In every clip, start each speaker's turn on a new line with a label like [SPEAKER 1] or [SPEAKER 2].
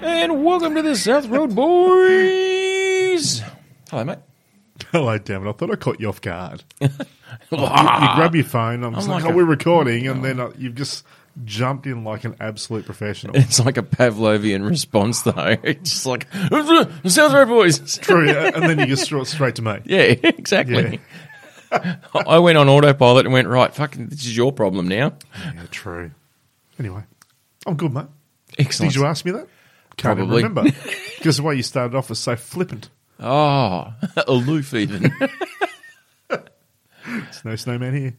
[SPEAKER 1] Welcome to the South Road Boys. Hello, mate.
[SPEAKER 2] Hello, damn it. I thought I caught you off guard. You grab your phone. I'm, just
[SPEAKER 1] I'm
[SPEAKER 2] like,
[SPEAKER 1] like
[SPEAKER 2] oh,
[SPEAKER 1] a-
[SPEAKER 2] we're recording. And then uh, you've just jumped in like an absolute professional.
[SPEAKER 1] It's like a Pavlovian response, though. It's just like South Road Boys.
[SPEAKER 2] True. yeah, and then you just throw it straight to me.
[SPEAKER 1] Yeah, exactly. I went on autopilot and went right. Fucking, this is your problem now.
[SPEAKER 2] Yeah, true. Anyway, I'm good, mate.
[SPEAKER 1] Excellent.
[SPEAKER 2] Did you ask me that? Can't even
[SPEAKER 1] Probably.
[SPEAKER 2] remember. Because the way you started off was so flippant.
[SPEAKER 1] Oh, aloof even.
[SPEAKER 2] There's no snowman here.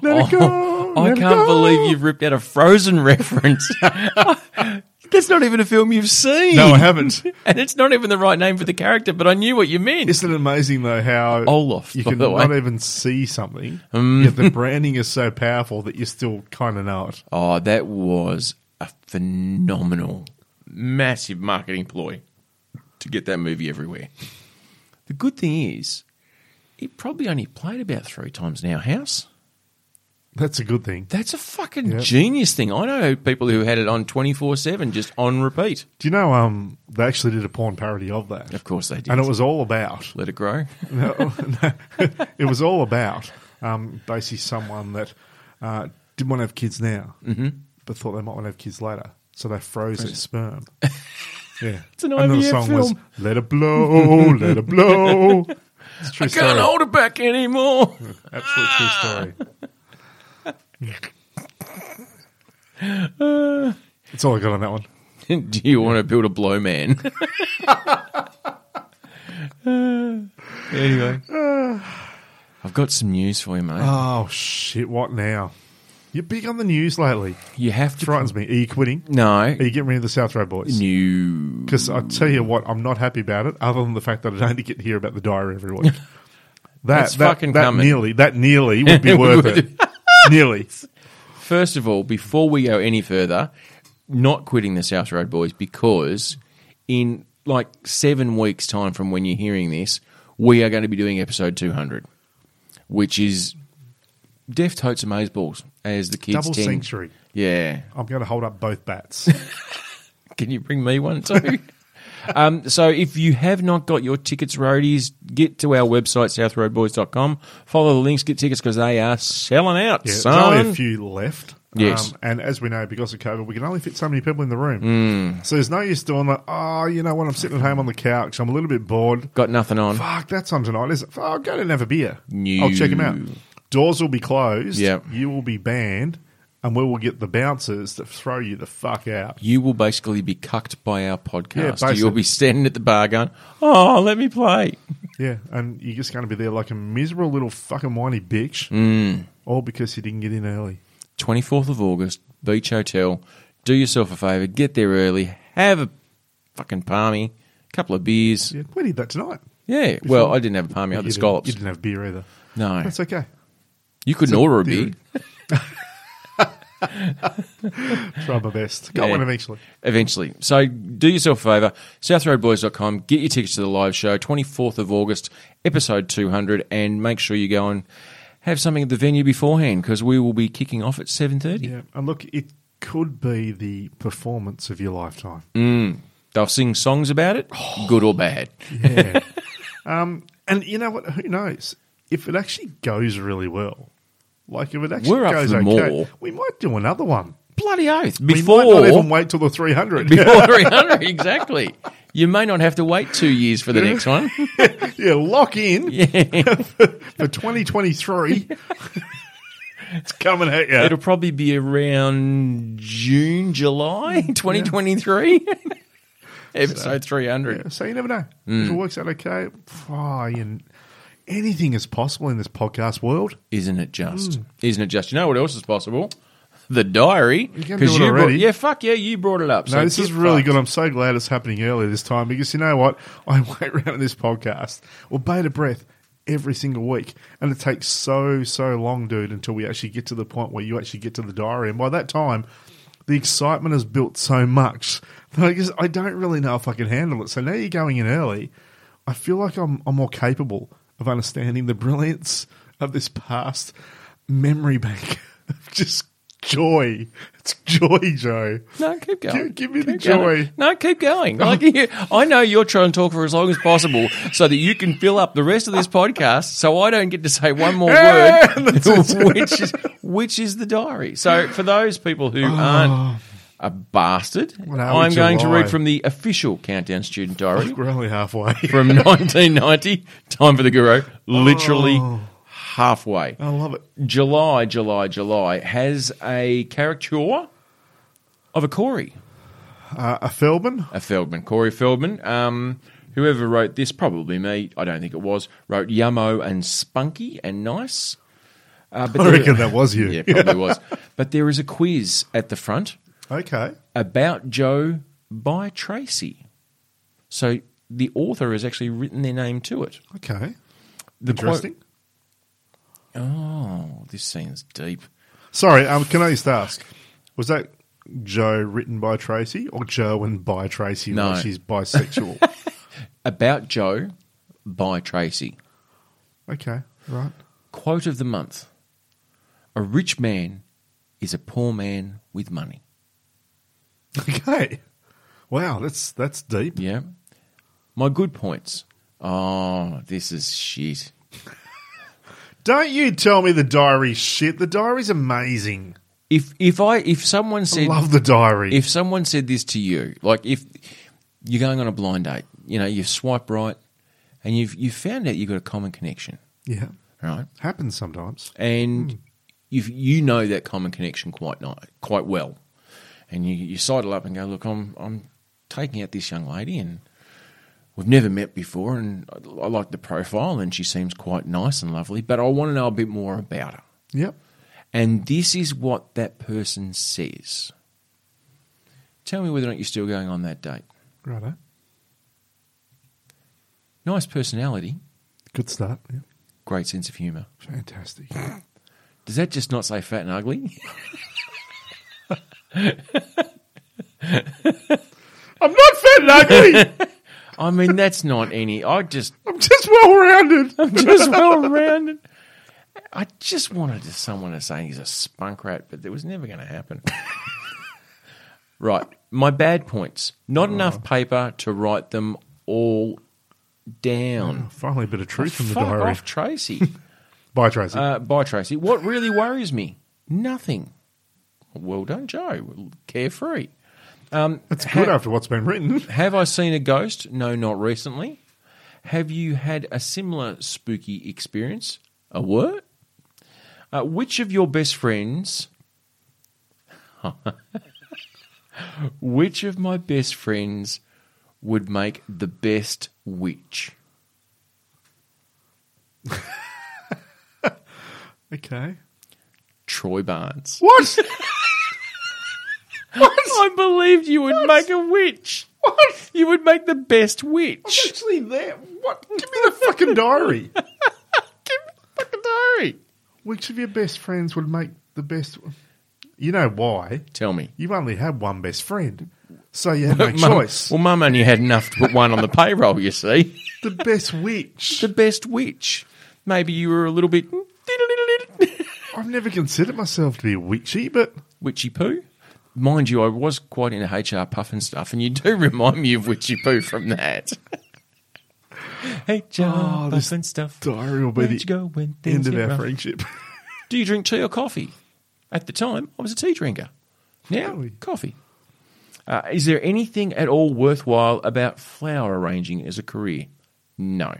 [SPEAKER 2] Let it go.
[SPEAKER 1] I
[SPEAKER 2] let it
[SPEAKER 1] can't
[SPEAKER 2] go.
[SPEAKER 1] believe you've ripped out a Frozen reference. That's not even a film you've seen.
[SPEAKER 2] No, I haven't.
[SPEAKER 1] and it's not even the right name for the character. But I knew what you meant.
[SPEAKER 2] Isn't it amazing though how
[SPEAKER 1] Olaf,
[SPEAKER 2] you
[SPEAKER 1] by
[SPEAKER 2] can
[SPEAKER 1] the way. Mm.
[SPEAKER 2] not even see something, yet the branding is so powerful that you still kind of know it.
[SPEAKER 1] Oh, that was a phenomenal, massive marketing ploy to get that movie everywhere. The good thing is, it probably only played about three times in our house.
[SPEAKER 2] That's a good thing.
[SPEAKER 1] That's a fucking
[SPEAKER 2] Yep.
[SPEAKER 1] genius thing. I know people who had it on 24 7, just on repeat.
[SPEAKER 2] Do you know? Um, they actually did a porn parody of that,
[SPEAKER 1] Of course they did.
[SPEAKER 2] and it was all about.
[SPEAKER 1] Let it grow.
[SPEAKER 2] no, no, it was all about um, basically someone that uh, didn't want to have kids now,
[SPEAKER 1] Mm-hmm.
[SPEAKER 2] but thought they might want to have kids later, so they froze their sperm. Yeah,
[SPEAKER 1] It's an
[SPEAKER 2] And the
[SPEAKER 1] IVF film.
[SPEAKER 2] "Let it blow, let it blow." It's a true
[SPEAKER 1] Can't
[SPEAKER 2] story.
[SPEAKER 1] hold it back anymore.
[SPEAKER 2] Absolute true story. Ah. That's all I got on that one.
[SPEAKER 1] Do you want to build a blow man? Uh, anyway, I've got some news for you, mate.
[SPEAKER 2] Oh shit! What now? You're big on the news lately.
[SPEAKER 1] you have to.
[SPEAKER 2] Frightens me. Are you quitting?
[SPEAKER 1] no.
[SPEAKER 2] Are you getting rid of the South Road Boys?
[SPEAKER 1] New.
[SPEAKER 2] Because I tell you what, I'm not happy about it. Other than the fact that I don't get to hear about the diary every week. That
[SPEAKER 1] It's
[SPEAKER 2] that,
[SPEAKER 1] fucking
[SPEAKER 2] that
[SPEAKER 1] coming.
[SPEAKER 2] nearly that nearly would be worth it. nearly.
[SPEAKER 1] First of all, before we go any further, not quitting the South Road Boys because in like seven weeks' time from when you're hearing this, we are going to be doing episode 200, which is Deaf Totes and Balls, as the kids
[SPEAKER 2] Double
[SPEAKER 1] tend-
[SPEAKER 2] century.
[SPEAKER 1] Yeah.
[SPEAKER 2] I'm going to hold up both bats.
[SPEAKER 1] Can you bring me one too? um, so if you have not got your tickets, roadies, get to our website, southroadboys.com. Follow the links, get tickets because they are selling out,
[SPEAKER 2] Yeah,
[SPEAKER 1] son.
[SPEAKER 2] there's only a few left.
[SPEAKER 1] Yes.
[SPEAKER 2] Um, and as we know, because of COVID, we can only fit so many people in the room.
[SPEAKER 1] Mm.
[SPEAKER 2] So there's no use doing like, oh, you know what, I'm sitting at home on the couch. I'm a little bit bored.
[SPEAKER 1] Got nothing on.
[SPEAKER 2] Fuck, that's on tonight. Is it? Fuck, I'll go and have a beer.
[SPEAKER 1] No.
[SPEAKER 2] I'll check them out. Doors will be closed.
[SPEAKER 1] Yep.
[SPEAKER 2] You will be banned. And we will get the bouncers that throw you the fuck out.
[SPEAKER 1] You will basically be cucked by our
[SPEAKER 2] Yeah,
[SPEAKER 1] podcast.
[SPEAKER 2] basically.
[SPEAKER 1] You'll be standing at the bar going, oh, let me play.
[SPEAKER 2] Yeah. And you're just going to be there like a miserable little fucking whiny bitch.
[SPEAKER 1] Mm.
[SPEAKER 2] All because you didn't get in early.
[SPEAKER 1] 24th of August, Beach Hotel. Do yourself a favour, get there early, have a fucking palmy, couple of beers.
[SPEAKER 2] Yeah, we did that tonight.
[SPEAKER 1] Yeah, well, I didn't have a palmy, I had
[SPEAKER 2] you,
[SPEAKER 1] the
[SPEAKER 2] didn't,
[SPEAKER 1] scallops.
[SPEAKER 2] you didn't have beer either.
[SPEAKER 1] no,
[SPEAKER 2] That's okay.
[SPEAKER 1] you couldn't order a beer.
[SPEAKER 2] theory. Try my best. Got
[SPEAKER 1] Yeah.
[SPEAKER 2] one eventually.
[SPEAKER 1] Eventually. So do yourself a favour, southroadboys.com, get your tickets to the live show, 24th of August, episode 200, and make sure you go and have something at the venue beforehand because we will be kicking off at 7.30.
[SPEAKER 2] Yeah, and look, it could be the performance of your lifetime.
[SPEAKER 1] Mm. They'll sing songs about it,
[SPEAKER 2] Oh.
[SPEAKER 1] good or bad.
[SPEAKER 2] Yeah. um, and you know what? Who knows if it actually goes really well? Like if it actually
[SPEAKER 1] We're up
[SPEAKER 2] goes
[SPEAKER 1] for
[SPEAKER 2] okay,
[SPEAKER 1] more.
[SPEAKER 2] we might do another one.
[SPEAKER 1] Bloody oath.
[SPEAKER 2] we might
[SPEAKER 1] Before,
[SPEAKER 2] not even wait till the three hundred.
[SPEAKER 1] before 300, exactly. You may not have to wait two years for the next one.
[SPEAKER 2] yeah, lock in for twenty twenty three. It's coming at you.
[SPEAKER 1] It'll probably be around June, July 2023. Episode 300.
[SPEAKER 2] So you never know.
[SPEAKER 1] Mm.
[SPEAKER 2] If it works out okay, fine. Anything is possible in this podcast world.
[SPEAKER 1] Isn't it just?
[SPEAKER 2] Hmm.
[SPEAKER 1] Isn't it just? You know what else is possible? The diary.
[SPEAKER 2] You can
[SPEAKER 1] 'Cause
[SPEAKER 2] do it
[SPEAKER 1] brought,
[SPEAKER 2] already.
[SPEAKER 1] yeah, fuck yeah, you brought it up.
[SPEAKER 2] No,
[SPEAKER 1] so
[SPEAKER 2] this
[SPEAKER 1] get
[SPEAKER 2] is really
[SPEAKER 1] fucked.
[SPEAKER 2] good. I'm so glad it's happening early this time because you know what? I wait around this podcast or bait a breath every single week, and it takes so so long, dude, until we actually get to the point where you actually get to the diary, and by that time. The excitement has built so much that I, guess I don't really know if I can handle it. So now you're going in early. I feel like I'm, I'm more capable of understanding the brilliance of this past memory bank of just joy. It's joy, Joe.
[SPEAKER 1] No, keep going.
[SPEAKER 2] Give- give me the
[SPEAKER 1] Keep going.
[SPEAKER 2] joy.
[SPEAKER 1] No, keep going. Like you, I know you're trying to talk for as long as possible so that you can fill up the rest of this podcast, so I don't get to say one more word, which is which is the diary. So for those people who aren't a bastard,
[SPEAKER 2] are we,
[SPEAKER 1] I'm going to
[SPEAKER 2] July?
[SPEAKER 1] read from the official Countdown Student Diary
[SPEAKER 2] We're only halfway.
[SPEAKER 1] from 1990. Time for the Guru. Literally halfway.
[SPEAKER 2] I love it.
[SPEAKER 1] July, July, July has a caricature of a Corey,
[SPEAKER 2] Uh, a Feldman?
[SPEAKER 1] a Feldman, Corey Feldman. Um, whoever wrote this, probably me, I don't think it was, wrote Yummo and Spunky and Nice. Uh, but
[SPEAKER 2] I
[SPEAKER 1] there-
[SPEAKER 2] reckon that was you.
[SPEAKER 1] yeah, probably was. But there is a quiz at the front
[SPEAKER 2] Okay.
[SPEAKER 1] about Joe by Tracy. So the author has actually written their name to it.
[SPEAKER 2] Okay.
[SPEAKER 1] The quote-
[SPEAKER 2] Interesting.
[SPEAKER 1] oh, this seems deep.
[SPEAKER 2] Sorry, um, can I just ask? Was that Joe written by Tracy or Joe and by Tracy
[SPEAKER 1] No.
[SPEAKER 2] when she's bisexual?
[SPEAKER 1] About Joe by Tracy.
[SPEAKER 2] okay, right.
[SPEAKER 1] Quote of the month A rich man is a poor man with money.
[SPEAKER 2] Okay. Wow, that's that's deep.
[SPEAKER 1] Yeah. My good points. Oh, this is shit.
[SPEAKER 2] Don't you tell me the diary shit. The diary's amazing.
[SPEAKER 1] If if I if someone
[SPEAKER 2] I
[SPEAKER 1] said
[SPEAKER 2] love the diary.
[SPEAKER 1] if someone said this to you, like if you're going on a blind date, you know, you swipe right and you've you found out you've got a common connection,
[SPEAKER 2] yeah,
[SPEAKER 1] right?
[SPEAKER 2] happens sometimes.
[SPEAKER 1] and you you know that common connection quite ni- quite well, and you, you sidle up and go, look, I'm I'm taking out this young lady, and we've never met before, and I, I like the profile, and she seems quite nice and lovely, but I want to know a bit more about her.
[SPEAKER 2] Yep.
[SPEAKER 1] And this is what that person says. Tell me whether or not you're still going on that date.
[SPEAKER 2] Righto.
[SPEAKER 1] Nice personality,
[SPEAKER 2] Good start. Yep.
[SPEAKER 1] great sense of humour.
[SPEAKER 2] Fantastic.
[SPEAKER 1] Does that just not say fat and ugly?
[SPEAKER 2] I'm not fat and ugly.
[SPEAKER 1] I mean, that's not any. I just
[SPEAKER 2] I'm just well rounded.
[SPEAKER 1] I'm just well rounded. I just wanted to- someone to say he's a spunk rat, but it was never going to happen. right. My bad points. Not
[SPEAKER 2] Oh.
[SPEAKER 1] enough paper to write them all down.
[SPEAKER 2] Finally, a bit of truth from the
[SPEAKER 1] Fuck
[SPEAKER 2] diary.
[SPEAKER 1] off, Tracy.
[SPEAKER 2] Bye, Tracy.
[SPEAKER 1] Uh, bye, Tracy. What really worries me? Nothing. Well done, Joe. Carefree.
[SPEAKER 2] That's good
[SPEAKER 1] ha-
[SPEAKER 2] after what's been written.
[SPEAKER 1] Have I seen a ghost? No, not recently. Have you had a similar spooky experience? A what? Uh, which of your best friends? which of my best friends would make the best witch?
[SPEAKER 2] Okay.
[SPEAKER 1] Troy Barnes.
[SPEAKER 2] What?
[SPEAKER 1] I believed you would make a witch.
[SPEAKER 2] what?
[SPEAKER 1] You would make the best witch.
[SPEAKER 2] Actually, there. What? Give me the fucking diary.
[SPEAKER 1] Fucking diary.
[SPEAKER 2] Which of your best friends would make the best? You know why?
[SPEAKER 1] Tell me.
[SPEAKER 2] You've only had one best friend, so you had no
[SPEAKER 1] But Mum-
[SPEAKER 2] choice.
[SPEAKER 1] Well, Mum only had enough to put one on the payroll, you see.
[SPEAKER 2] The best witch.
[SPEAKER 1] the best witch. Maybe you were a little bit
[SPEAKER 2] I've never considered myself to be witchy, but
[SPEAKER 1] witchy poo. Mind you, I was quite into HR puff and stuff, and you do remind me of witchy poo from that. HR
[SPEAKER 2] Oh, this
[SPEAKER 1] puff and stuff.
[SPEAKER 2] diary will be
[SPEAKER 1] Where'd you
[SPEAKER 2] the
[SPEAKER 1] go when things
[SPEAKER 2] end of
[SPEAKER 1] get
[SPEAKER 2] our
[SPEAKER 1] rough?
[SPEAKER 2] friendship.
[SPEAKER 1] Do you drink tea or coffee? At the time, I was a tea drinker. Now,
[SPEAKER 2] Really?
[SPEAKER 1] coffee. Uh, is there anything at all worthwhile about flower arranging as a career? No.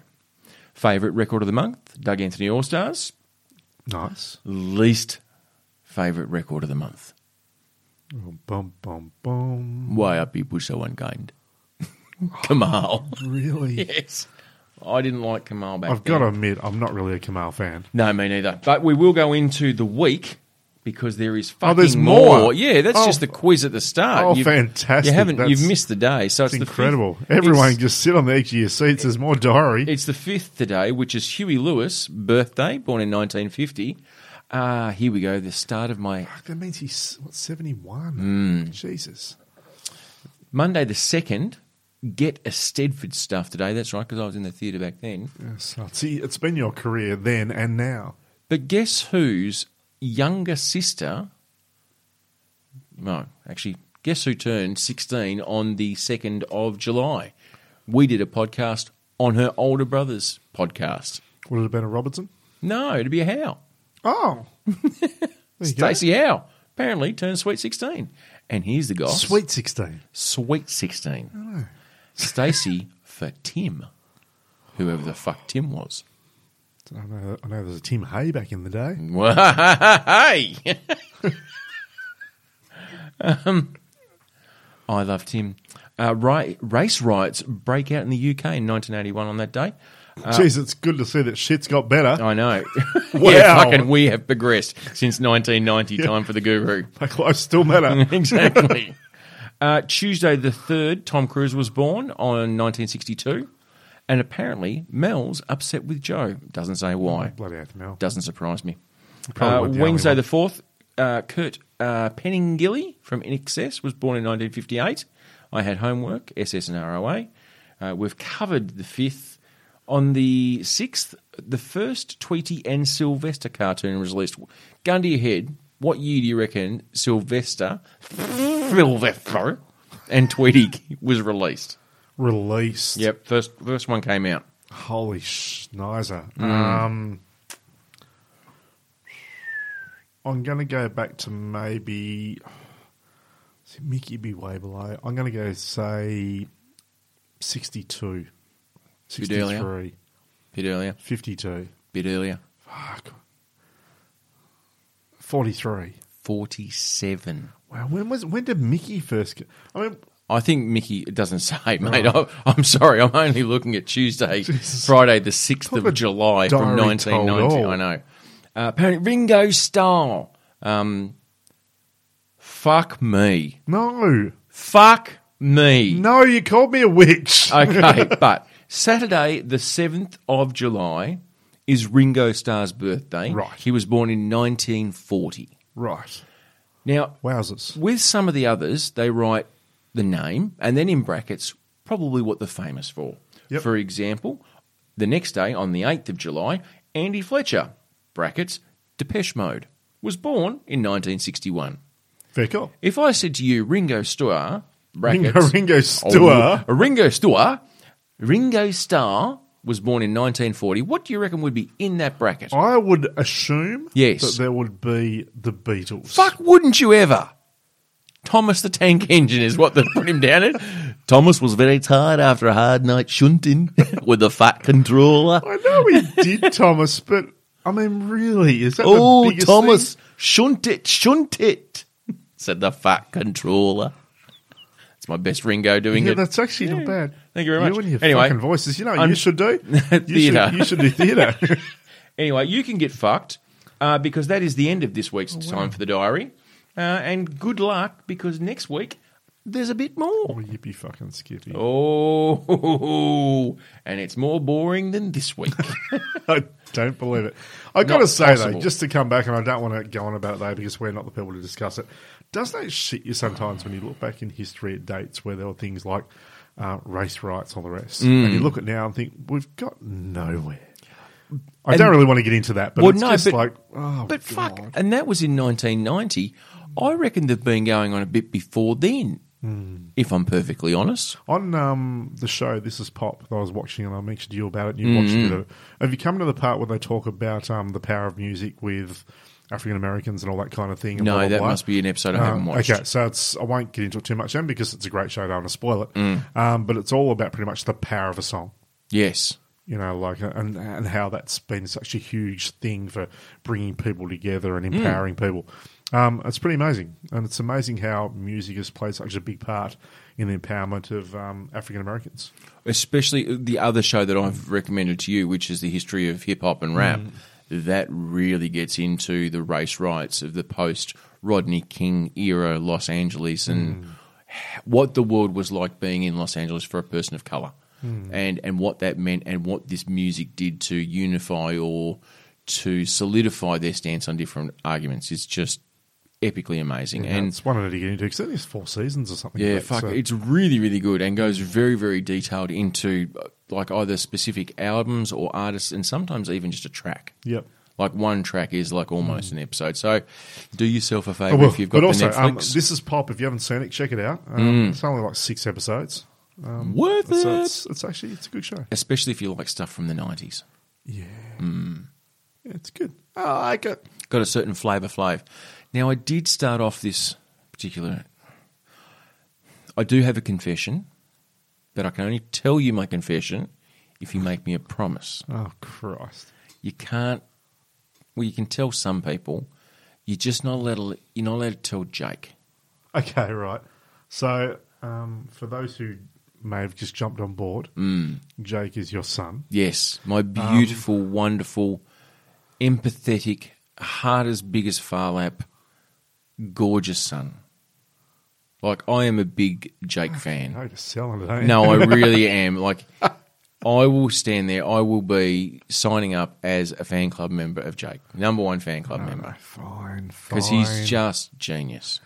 [SPEAKER 1] Favourite record of the month? Doug Anthony All Stars.
[SPEAKER 2] nice.
[SPEAKER 1] Least favourite record of the month?
[SPEAKER 2] Bum, bum, bum, bum.
[SPEAKER 1] Why are people so unkind? Kamal.
[SPEAKER 2] Really?
[SPEAKER 1] yes. I didn't like Kamal back
[SPEAKER 2] I've
[SPEAKER 1] then.
[SPEAKER 2] got to admit, I'm not really a Kamal fan.
[SPEAKER 1] No, me neither. But we will go into the week because there is fucking
[SPEAKER 2] Oh, there's
[SPEAKER 1] more.
[SPEAKER 2] more.
[SPEAKER 1] Yeah, that's
[SPEAKER 2] Oh,
[SPEAKER 1] just the quiz at the start.
[SPEAKER 2] oh, fantastic.
[SPEAKER 1] You haven't.
[SPEAKER 2] That's-
[SPEAKER 1] you've missed the day, so it's,
[SPEAKER 2] It's
[SPEAKER 1] the fifth-
[SPEAKER 2] incredible. Everyone
[SPEAKER 1] It's,
[SPEAKER 2] just sit on the edge of your seats. There's more diary.
[SPEAKER 1] it's the fifth today, which is Huey Lewis' birthday, born in 1950. Ah, here we go. The start of my
[SPEAKER 2] Fuck, that means he's what seventy one.
[SPEAKER 1] Mm.
[SPEAKER 2] Jesus.
[SPEAKER 1] Monday the second. Get a Stedford stuff today. That's right, because I was in the theatre back then.
[SPEAKER 2] Yeah, so See, it's been your career then and now.
[SPEAKER 1] But guess whose younger sister no, actually, guess who turned 16 on the 2nd of July? We did a podcast on her older brother's podcast.
[SPEAKER 2] Would it have been a Robertson?
[SPEAKER 1] No, it'd be a Howe.
[SPEAKER 2] Oh. There you go.
[SPEAKER 1] Stacey Howe apparently turned sweet 16. And here's the goss.
[SPEAKER 2] Sweet Oh. 16.
[SPEAKER 1] Sweet 16. Stacey for Tim, whoever the fuck Tim was.
[SPEAKER 2] I know, I know there's a Tim Hay back in the day.
[SPEAKER 1] Hey! um, I love Tim. Uh, ri- race riots break out in the UK in 1981 on that day. Uh,
[SPEAKER 2] Jeez, it's good to see that shit's got better.
[SPEAKER 1] I know.
[SPEAKER 2] Wow.
[SPEAKER 1] yeah, fucking we have progressed since 1990. Time for the guru.
[SPEAKER 2] My clothes still matter.
[SPEAKER 1] exactly. Uh, Tuesday the 3rd, Tom Cruise was born on 1962. And apparently, Mel's upset with Joe. Doesn't say why.
[SPEAKER 2] Bloody hell, Mel.
[SPEAKER 1] Doesn't surprise me.
[SPEAKER 2] Probably
[SPEAKER 1] Uh,
[SPEAKER 2] won't be the
[SPEAKER 1] Wednesday
[SPEAKER 2] only
[SPEAKER 1] the 4th, uh, Kurt uh, Penningilly from InXS was born in 1958. I had homework, SS and ROA. Uh, we've covered the 5th. On the 6th, the first Tweety and Sylvester cartoon was released. Gun to your head, what year do you reckon Sylvester, Sylvester and Tweety was released?
[SPEAKER 2] Released.
[SPEAKER 1] Yep, first, first one came out.
[SPEAKER 2] Holy schnizer.
[SPEAKER 1] Mm.
[SPEAKER 2] Um, I'm going to go back to maybe. See, Mickey be way below. I'm going to go say 62.
[SPEAKER 1] Bit earlier.
[SPEAKER 2] 63.
[SPEAKER 1] Bit earlier,
[SPEAKER 2] 52.
[SPEAKER 1] bit earlier.
[SPEAKER 2] Fuck. 43.
[SPEAKER 1] 47.
[SPEAKER 2] Wow, when was when did Mickey first get, I mean,
[SPEAKER 1] I think Mickey it doesn't say, mate. I, I'm sorry. I'm only looking at Tuesday, Friday, the sixth
[SPEAKER 2] Proper
[SPEAKER 1] of July from
[SPEAKER 2] diary told oh.
[SPEAKER 1] 1990.
[SPEAKER 2] all.
[SPEAKER 1] I know. Uh, apparently, Ringo Starr. Um, fuck me.
[SPEAKER 2] no.
[SPEAKER 1] Fuck me.
[SPEAKER 2] No, you called me a witch.
[SPEAKER 1] Okay, but Saturday, the 7th of July, is Ringo Starr's birthday.
[SPEAKER 2] Right.
[SPEAKER 1] He was born in 1940.
[SPEAKER 2] right.
[SPEAKER 1] Now,
[SPEAKER 2] Wowzers.
[SPEAKER 1] with some of the others, they write the name and then in brackets, probably what they're famous for.
[SPEAKER 2] Yep.
[SPEAKER 1] For example, the next day, on the 8th of July, Andy Fletcher, brackets, Depeche Mode, was born in 1961.
[SPEAKER 2] Very cool.
[SPEAKER 1] If I said to you, Ringo Starr, brackets,
[SPEAKER 2] Ringo, Ringo
[SPEAKER 1] Oh,
[SPEAKER 2] Stewart.
[SPEAKER 1] Ringo Starr, Ringo Starr was born in 1940, what do you reckon would be in that bracket?
[SPEAKER 2] I would assume
[SPEAKER 1] Yes.
[SPEAKER 2] that there would be the Beatles.
[SPEAKER 1] Fuck, wouldn't you ever? Thomas the Tank Engine is what they put him down at. Thomas was very tired after a hard night shunting with the fat controller.
[SPEAKER 2] I know he did, Thomas, but I mean, really, is that the
[SPEAKER 1] Oh,
[SPEAKER 2] biggest
[SPEAKER 1] Thomas, shunt it, shunt it, said the fat controller. It's my best Ringo doing
[SPEAKER 2] Thing? Yeah,
[SPEAKER 1] it.
[SPEAKER 2] that's actually not bad.
[SPEAKER 1] Thank you very much.
[SPEAKER 2] You and your
[SPEAKER 1] Anyway,
[SPEAKER 2] fucking voices. You know, what
[SPEAKER 1] un-
[SPEAKER 2] you should do You
[SPEAKER 1] Theatre.
[SPEAKER 2] should, you should do theatre.
[SPEAKER 1] Anyway, you can get fucked uh, because that is the end of this
[SPEAKER 2] Oh,
[SPEAKER 1] week's time for the diary. Uh, and good luck because next week there's a bit more.
[SPEAKER 2] oh, you be fucking skippy.
[SPEAKER 1] Oh, and it's more boring than this week.
[SPEAKER 2] I don't believe it. I got to say
[SPEAKER 1] possible.
[SPEAKER 2] though, just to come back, and I don't want to go on about it though because we're not the people to discuss it. Doesn't that shit you sometimes when you look back in history at dates where there were things like uh, race riots, all the rest, and you
[SPEAKER 1] Mm.
[SPEAKER 2] look at now and think we've got nowhere. I
[SPEAKER 1] And-
[SPEAKER 2] don't really want to get into that, but
[SPEAKER 1] Well,
[SPEAKER 2] it's
[SPEAKER 1] no,
[SPEAKER 2] just
[SPEAKER 1] but-
[SPEAKER 2] like, oh,
[SPEAKER 1] but fuck,
[SPEAKER 2] God.
[SPEAKER 1] and that was in 1990. I reckon they've been going on a bit before then,
[SPEAKER 2] Hmm.
[SPEAKER 1] if I'm perfectly honest.
[SPEAKER 2] On um, the show, this is pop that I was watching, and I mentioned to you about it. And you watched
[SPEAKER 1] Mm.
[SPEAKER 2] a bit of it. Have you come to the part where they talk about um, the power of music with African Americans and all that kind of thing? and
[SPEAKER 1] No,
[SPEAKER 2] blah, blah,
[SPEAKER 1] that
[SPEAKER 2] blah?
[SPEAKER 1] must be an episode I haven't
[SPEAKER 2] Um,
[SPEAKER 1] watched.
[SPEAKER 2] Okay, so it's I won't get into it too much then because it's a great show. I don't want to spoil it.
[SPEAKER 1] Mm.
[SPEAKER 2] Um, but it's all about pretty much the power of a song,
[SPEAKER 1] Yes.
[SPEAKER 2] you know, like uh, and and how that's been such a huge thing for bringing people together
[SPEAKER 1] Mm.
[SPEAKER 2] and empowering people. Um, it's pretty amazing, and it's amazing how music has played such a big part in the empowerment of um, African Americans.
[SPEAKER 1] Especially the other show that I've recommended to you, which is the history of hip hop and rap. That really gets into the race riots of the post Rodney King era Los Angeles and what the world was like being in Los Angeles for a person of color, and and what that meant, and what this music did to unify or to solidify their stance on different arguments. It's just epically amazing,
[SPEAKER 2] and
[SPEAKER 1] and
[SPEAKER 2] it's one I need to get into because there's four seasons or something.
[SPEAKER 1] yeah,
[SPEAKER 2] like that,
[SPEAKER 1] fuck,
[SPEAKER 2] so-
[SPEAKER 1] it's really really good and goes very very detailed into uh, like either specific albums or artists, and sometimes even just a track.
[SPEAKER 2] Yep.
[SPEAKER 1] Like one track is like almost an episode. So do yourself a favour
[SPEAKER 2] Oh, well,
[SPEAKER 1] if you've got
[SPEAKER 2] Hmm. but
[SPEAKER 1] the
[SPEAKER 2] also,
[SPEAKER 1] Netflix. Mm.
[SPEAKER 2] um, this is pop. If you haven't seen it, check it out. Um, It's only like six episodes. Um,
[SPEAKER 1] Worth it.
[SPEAKER 2] so it's, it's actually it's a good show.
[SPEAKER 1] Especially if you like stuff from the nineties.
[SPEAKER 2] Yeah,
[SPEAKER 1] Hmm.
[SPEAKER 2] yeah it's good. Oh, I like it.
[SPEAKER 1] got a certain flavour flave. Now, I did start off this particular. I do have a confession, but I can only tell you my confession if you make me a promise.
[SPEAKER 2] Oh Christ!
[SPEAKER 1] You can't. Well, you can tell some people. You're just not allowed. To, you're not allowed to tell Jake.
[SPEAKER 2] Okay, right. So um, for those who may have just jumped on board,
[SPEAKER 1] Hmm.
[SPEAKER 2] Jake is your son.
[SPEAKER 1] Yes, my
[SPEAKER 2] Um,
[SPEAKER 1] beautiful, wonderful, empathetic, heart as big as Farlap, gorgeous son. Like I am a big Jake fan.
[SPEAKER 2] No, you're selling it. Ain't
[SPEAKER 1] No, I really am. Like, I will stand there. I will be signing up as a fan club member of Jake, number one fan club member. 'Cause member,
[SPEAKER 2] No, fine, fine.
[SPEAKER 1] because he's just genius.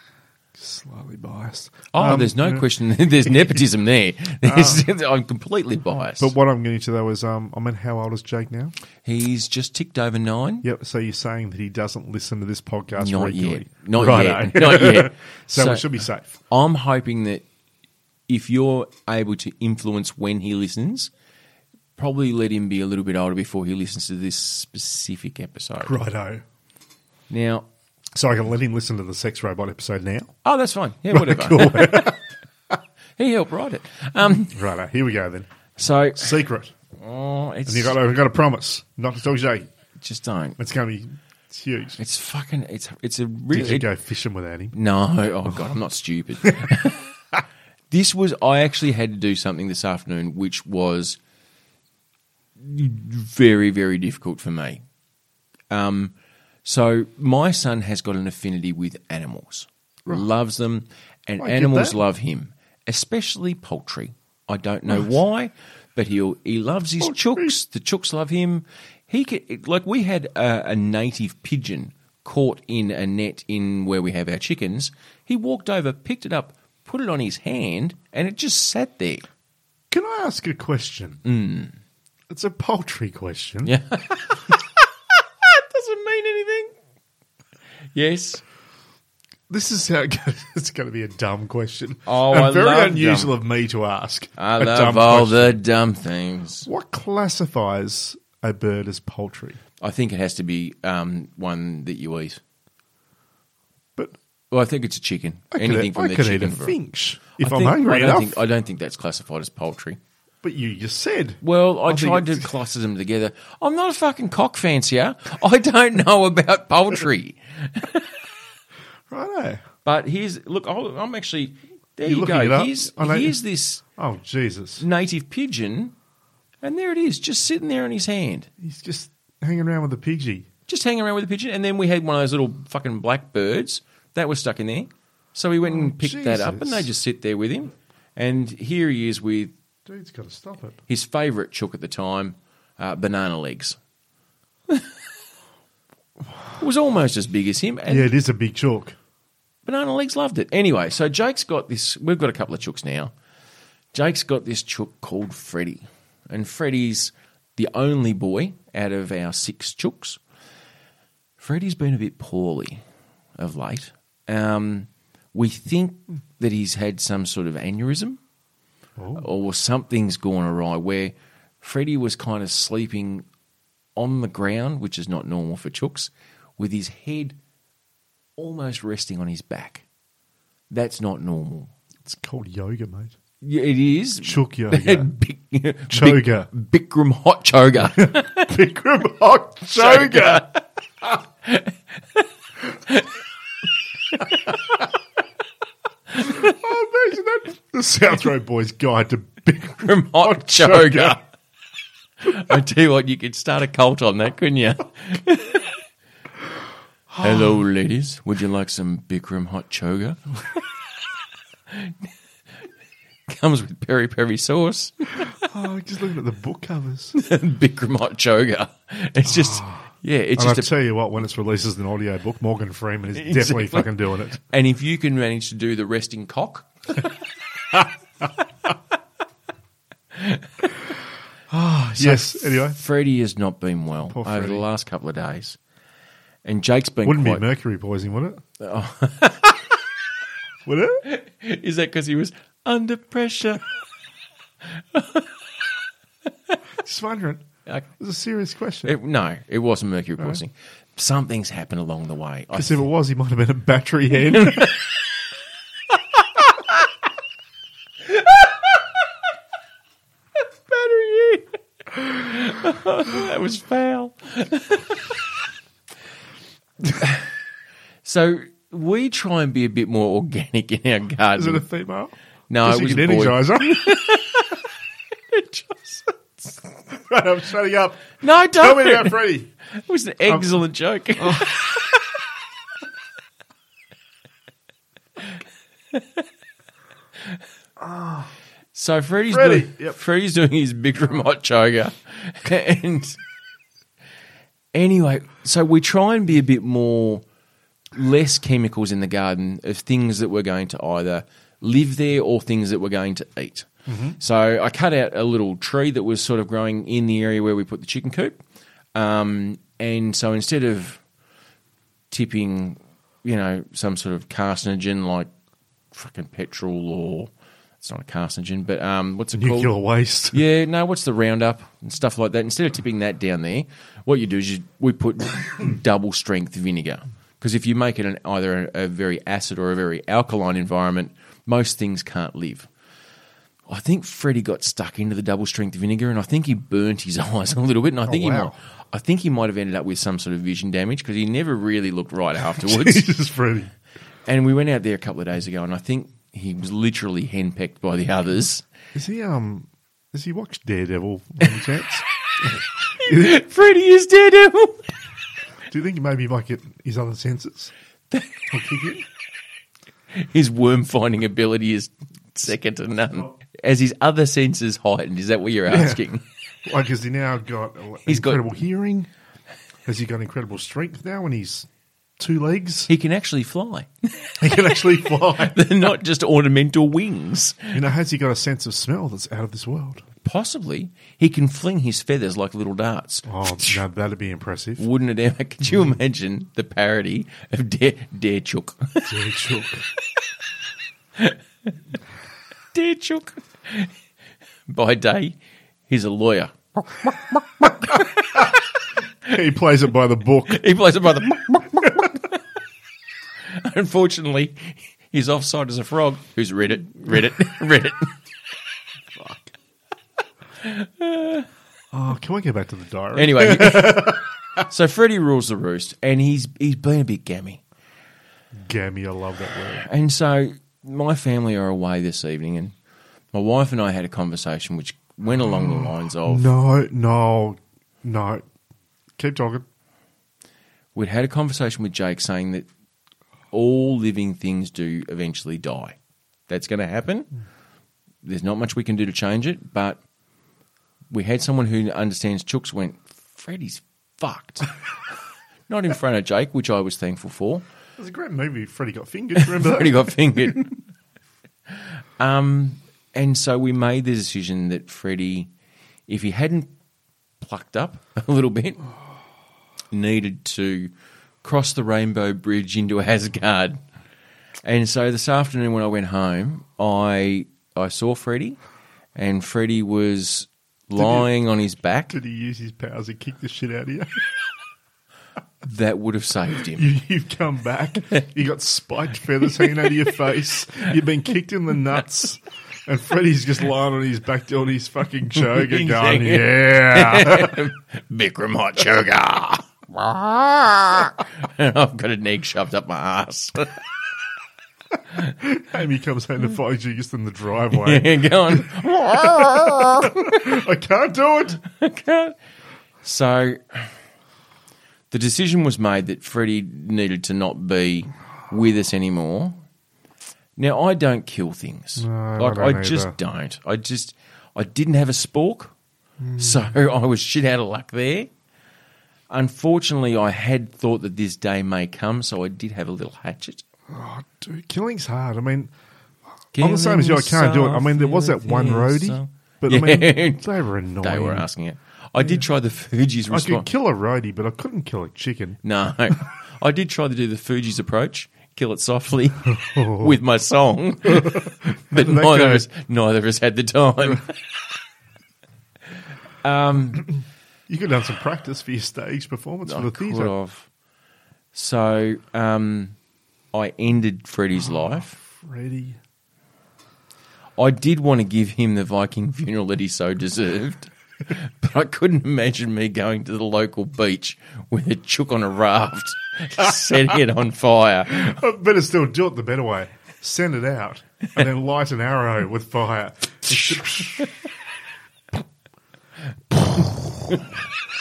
[SPEAKER 2] slightly biased.
[SPEAKER 1] Oh,
[SPEAKER 2] Um,
[SPEAKER 1] there's no
[SPEAKER 2] yeah. Uh,
[SPEAKER 1] question. There's nepotism there. There's, I'm completely biased.
[SPEAKER 2] But what I'm getting to though is, um, I mean, how old is Jake now?
[SPEAKER 1] He's just ticked over nine.
[SPEAKER 2] Yep. So you're saying that he doesn't listen to this podcast
[SPEAKER 1] Not
[SPEAKER 2] regularly?
[SPEAKER 1] yet. Not
[SPEAKER 2] Righto.
[SPEAKER 1] yet. Not yet.
[SPEAKER 2] so,
[SPEAKER 1] So-
[SPEAKER 2] we should be safe.
[SPEAKER 1] I'm hoping that if you're able to influence when he listens, probably let him be a little bit older before he listens to this specific episode.
[SPEAKER 2] Righto.
[SPEAKER 1] Now,
[SPEAKER 2] So I can let him listen to the sex robot episode now.
[SPEAKER 1] Oh, that's fine. Yeah, whatever. he helped write it. Um,
[SPEAKER 2] Righto. Here we go then.
[SPEAKER 1] so,
[SPEAKER 2] Secret.
[SPEAKER 1] oh, it's
[SPEAKER 2] And you got. I've got a promise not to tell Jake.
[SPEAKER 1] just don't.
[SPEAKER 2] It's going to be it's huge.
[SPEAKER 1] It's fucking. It's it's a
[SPEAKER 2] Did you
[SPEAKER 1] really.
[SPEAKER 2] go fishing without him?
[SPEAKER 1] no, oh god, I'm not stupid. this was. I actually had to do something this afternoon, which was very very difficult for me. Um, so my son has got an affinity with animals, loves them, and
[SPEAKER 2] I get
[SPEAKER 1] animals
[SPEAKER 2] that.
[SPEAKER 1] love him, especially poultry. I don't know why, but he'll he loves his
[SPEAKER 2] Poultry.
[SPEAKER 1] chooks. The chooks love him. He can, like we had a, a native pigeon caught in a net in where we have our chickens. He walked over, picked it up, put it on his hand, and it just sat there.
[SPEAKER 2] Can I ask a question? It's a poultry question.
[SPEAKER 1] Hmm. Yeah. Doesn't mean anything. Yes.
[SPEAKER 2] This is how it goes. it's going to be a dumb question.
[SPEAKER 1] Oh,
[SPEAKER 2] and
[SPEAKER 1] I
[SPEAKER 2] very
[SPEAKER 1] love
[SPEAKER 2] unusual of me to ask.
[SPEAKER 1] I
[SPEAKER 2] a
[SPEAKER 1] love
[SPEAKER 2] dumb
[SPEAKER 1] all
[SPEAKER 2] question.
[SPEAKER 1] the dumb things.
[SPEAKER 2] What classifies a bird as poultry?
[SPEAKER 1] I think it has to be um, one that you eat.
[SPEAKER 2] But
[SPEAKER 1] Well, I think it's a chicken.
[SPEAKER 2] I could,
[SPEAKER 1] Anything from
[SPEAKER 2] I
[SPEAKER 1] the
[SPEAKER 2] could
[SPEAKER 1] chicken.
[SPEAKER 2] eat a
[SPEAKER 1] var-
[SPEAKER 2] finch if
[SPEAKER 1] I
[SPEAKER 2] I'm
[SPEAKER 1] think-
[SPEAKER 2] hungry
[SPEAKER 1] I don't
[SPEAKER 2] enough.
[SPEAKER 1] Think, I don't think that's classified as poultry.
[SPEAKER 2] but you just said
[SPEAKER 1] Well, I,
[SPEAKER 2] I think
[SPEAKER 1] tried to
[SPEAKER 2] it's-
[SPEAKER 1] cluster them together. I'm not a fucking cock fancier. I don't know about poultry.
[SPEAKER 2] righto.
[SPEAKER 1] But here's look. I'll, I'm actually there.
[SPEAKER 2] You're
[SPEAKER 1] you
[SPEAKER 2] looking it
[SPEAKER 1] go.
[SPEAKER 2] up?
[SPEAKER 1] Here's,
[SPEAKER 2] I know you-
[SPEAKER 1] here's this
[SPEAKER 2] Oh Jesus,
[SPEAKER 1] native pigeon, and there it is, just sitting there in his hand,
[SPEAKER 2] he's just hanging around with a pidgey.
[SPEAKER 1] just hanging around with the pigeon. And then we had one of those little fucking blackbirds that was stuck in there. So we went and picked that up, and
[SPEAKER 2] Jesus.
[SPEAKER 1] they just sit there with him. And here he is with
[SPEAKER 2] Dude's got to stop it.
[SPEAKER 1] his favourite chook at the time, uh, banana legs. it was almost as big as him, and
[SPEAKER 2] yeah, it is a big chalk.
[SPEAKER 1] Banana Legs loved it. Anyway, so Jake's got this. We've got a couple of chooks now. Jake's got this chook called Freddie, and Freddie's the only boy out of our six chooks. Freddie's been a bit poorly of late. Um, we think that he's had some sort of aneurysm
[SPEAKER 2] Oh.
[SPEAKER 1] or something's gone awry where Freddie was kind of sleeping on the ground, which is not normal for chooks, with his head almost resting on his back. That's not normal.
[SPEAKER 2] It's called yoga, mate.
[SPEAKER 1] Yeah, It is.
[SPEAKER 2] Chook yoga.
[SPEAKER 1] Bic-
[SPEAKER 2] Choga.
[SPEAKER 1] Bic- Bikram hot choga.
[SPEAKER 2] Bikram hot yoga. oh, imagine that. The South Road Boys' Guide to Bikram.
[SPEAKER 1] Bikram hot
[SPEAKER 2] choga.
[SPEAKER 1] choga. I tell you what, you could start a cult on that, couldn't you? Hello, ladies. Would you like some Bikram hot choga? Comes with peri peri sauce.
[SPEAKER 2] Oh, just looking at the book covers.
[SPEAKER 1] Bikram hot choga. It's just, yeah, it's
[SPEAKER 2] Ah. And I
[SPEAKER 1] just a
[SPEAKER 2] tell you what, when it's released as an audio book, Morgan Freeman is
[SPEAKER 1] Exactly.
[SPEAKER 2] definitely fucking doing it.
[SPEAKER 1] And if you can manage to do the resting cock,
[SPEAKER 2] yes. Anyway,
[SPEAKER 1] Freddie has not been well
[SPEAKER 2] Poor
[SPEAKER 1] Oh, over the
[SPEAKER 2] Freddie.
[SPEAKER 1] last couple of days. And Jake's been
[SPEAKER 2] Wouldn't
[SPEAKER 1] quite. Oh.
[SPEAKER 2] be mercury poisoning, would it? would it?
[SPEAKER 1] Is that because he was under pressure?
[SPEAKER 2] Just wondering.
[SPEAKER 1] Okay.
[SPEAKER 2] It's a serious question.
[SPEAKER 1] It- no, it wasn't mercury poisoning. Something's happened along the way. I
[SPEAKER 2] Because if it was, he might have been a battery head.
[SPEAKER 1] That was foul. so we try and be a bit more organic in our garden.
[SPEAKER 2] Is it a female?
[SPEAKER 1] no, it
[SPEAKER 2] Is
[SPEAKER 1] was
[SPEAKER 2] it
[SPEAKER 1] a
[SPEAKER 2] an
[SPEAKER 1] boy.
[SPEAKER 2] energizer? right, I'm shutting up.
[SPEAKER 1] No,
[SPEAKER 2] Tell me about
[SPEAKER 1] don't.
[SPEAKER 2] Freddy.
[SPEAKER 1] It was an excellent joke. so Freddie's
[SPEAKER 2] Freddie,
[SPEAKER 1] doing
[SPEAKER 2] yep.
[SPEAKER 1] Freddie's doing his big remote choga, and anyway, so we try and be a bit more less chemicals in the garden of things that we're going to either live there or things that we're going to eat. So I cut out a little tree that was sort of growing in the area where we put the chicken coop. Um, and so instead of tipping, you know, some sort of carcinogen like fucking petrol or it's not a carcinogen, but um, what's it called?
[SPEAKER 2] Nuclear waste.
[SPEAKER 1] Yeah, no, what's the roundup and stuff like that? Instead of tipping that down there, what you do is you, we put double strength vinegar. Because if you make it an, either a, a very acid or a very alkaline environment, most things can't live. I think Freddie got stuck into the double strength vinegar, and I think he burnt his eyes a little bit. And I think he
[SPEAKER 2] wow.
[SPEAKER 1] might, I think he might have ended up with some sort of vision damage because he never really looked right afterwards.
[SPEAKER 2] Jesus, Freddy.
[SPEAKER 1] and we went out there a couple of days ago, and I think he was literally henpecked by the others.
[SPEAKER 2] Is he, um, has he watched Daredevil by any chance?
[SPEAKER 1] Freddie is dead.
[SPEAKER 2] Do you think maybe he might get his other senses? Or kick it?
[SPEAKER 1] his worm finding ability is second to none. As his other senses heightened, is that what you're asking?
[SPEAKER 2] Like, has he now got a-
[SPEAKER 1] He's got-
[SPEAKER 2] incredible hearing? Has he got incredible strength now when he's two legs?
[SPEAKER 1] He can actually fly.
[SPEAKER 2] He can actually fly.
[SPEAKER 1] They're not just ornamental wings.
[SPEAKER 2] You know, has he got a sense of smell that's out of this world?
[SPEAKER 1] Possibly, he can fling his feathers like little darts.
[SPEAKER 2] Oh, no, that'd be impressive.
[SPEAKER 1] Wouldn't it ever? Could you imagine the parody of Dare, Dare Chook?
[SPEAKER 2] Very shook.
[SPEAKER 1] Dare Chook. By day, he's a lawyer.
[SPEAKER 2] he plays it by the book.
[SPEAKER 1] He plays it by the. Unfortunately, he's offside as a frog. Who's read it? Read it? Read it?
[SPEAKER 2] Oh, can we go back to the diary?
[SPEAKER 1] Anyway, so Freddie rules the roost, and he's he's been a bit gammy,
[SPEAKER 2] Gammy, I love that word.
[SPEAKER 1] and so my family are away this evening, and my wife and I had a conversation which went along the lines of
[SPEAKER 2] No, no, no. Keep talking.
[SPEAKER 1] we'd had a conversation with Jake saying that all living things do eventually die. That's going to happen. There's not much we can do to change it, but we had someone who understands chooks went, Freddie's fucked. not in front of Jake, which I was thankful for.
[SPEAKER 2] It was a great movie. Freddy got fingered. Remember that?
[SPEAKER 1] Freddie got fingered. um, and so we made the decision that Freddie, if he hadn't plucked up a little bit, needed to cross the rainbow bridge into Asgard. And so this afternoon when I went home, I I saw Freddie, and Freddie was lying on his back.
[SPEAKER 2] Did he use his powers and kick the shit out of you?
[SPEAKER 1] That would have saved him.
[SPEAKER 2] you you've come back. You got spiked feathers hanging out of your face. You've been kicked in the nuts. And Freddy's just lying on his back doing his fucking choga going,
[SPEAKER 1] Exactly.
[SPEAKER 2] yeah.
[SPEAKER 1] Bikram hot sugar. and I've got an egg shoved up my ass.
[SPEAKER 2] Amy comes home and finds you just in the driveway.
[SPEAKER 1] Yeah, go on.
[SPEAKER 2] I can't do it.
[SPEAKER 1] So the decision was made that Freddie needed to not be with us anymore. Now I don't kill things.
[SPEAKER 2] No, I
[SPEAKER 1] like I,
[SPEAKER 2] don't
[SPEAKER 1] just
[SPEAKER 2] either.
[SPEAKER 1] don't. I just I didn't have a spork,
[SPEAKER 2] Hmm.
[SPEAKER 1] so I was shit out of luck there. Unfortunately, I had thought that this day may come, so I did have a little hatchet.
[SPEAKER 2] Oh, dude, killing's hard. I mean, I'm the same as you. I can't do it. I mean, there was that one roadie, but I mean, they were annoying.
[SPEAKER 1] they were asking it. I did try the Fuji's
[SPEAKER 2] I could
[SPEAKER 1] response.
[SPEAKER 2] kill a roadie, but I couldn't kill a chicken.
[SPEAKER 1] No, I did try to do the Fuji's approach, kill it softly with my song, but
[SPEAKER 2] that
[SPEAKER 1] neither
[SPEAKER 2] go?
[SPEAKER 1] of us neither of us had the time.
[SPEAKER 2] You could have done some practice for your stage performance for the
[SPEAKER 1] I could
[SPEAKER 2] theatre.
[SPEAKER 1] have. So um, I ended Freddie's life.
[SPEAKER 2] Freddie.
[SPEAKER 1] I did want to give him the Viking funeral that he so deserved, but I couldn't imagine me going to the local beach with a chook on a raft, setting it on fire.
[SPEAKER 2] I better still do it the better way. Send it out and then light an arrow with fire.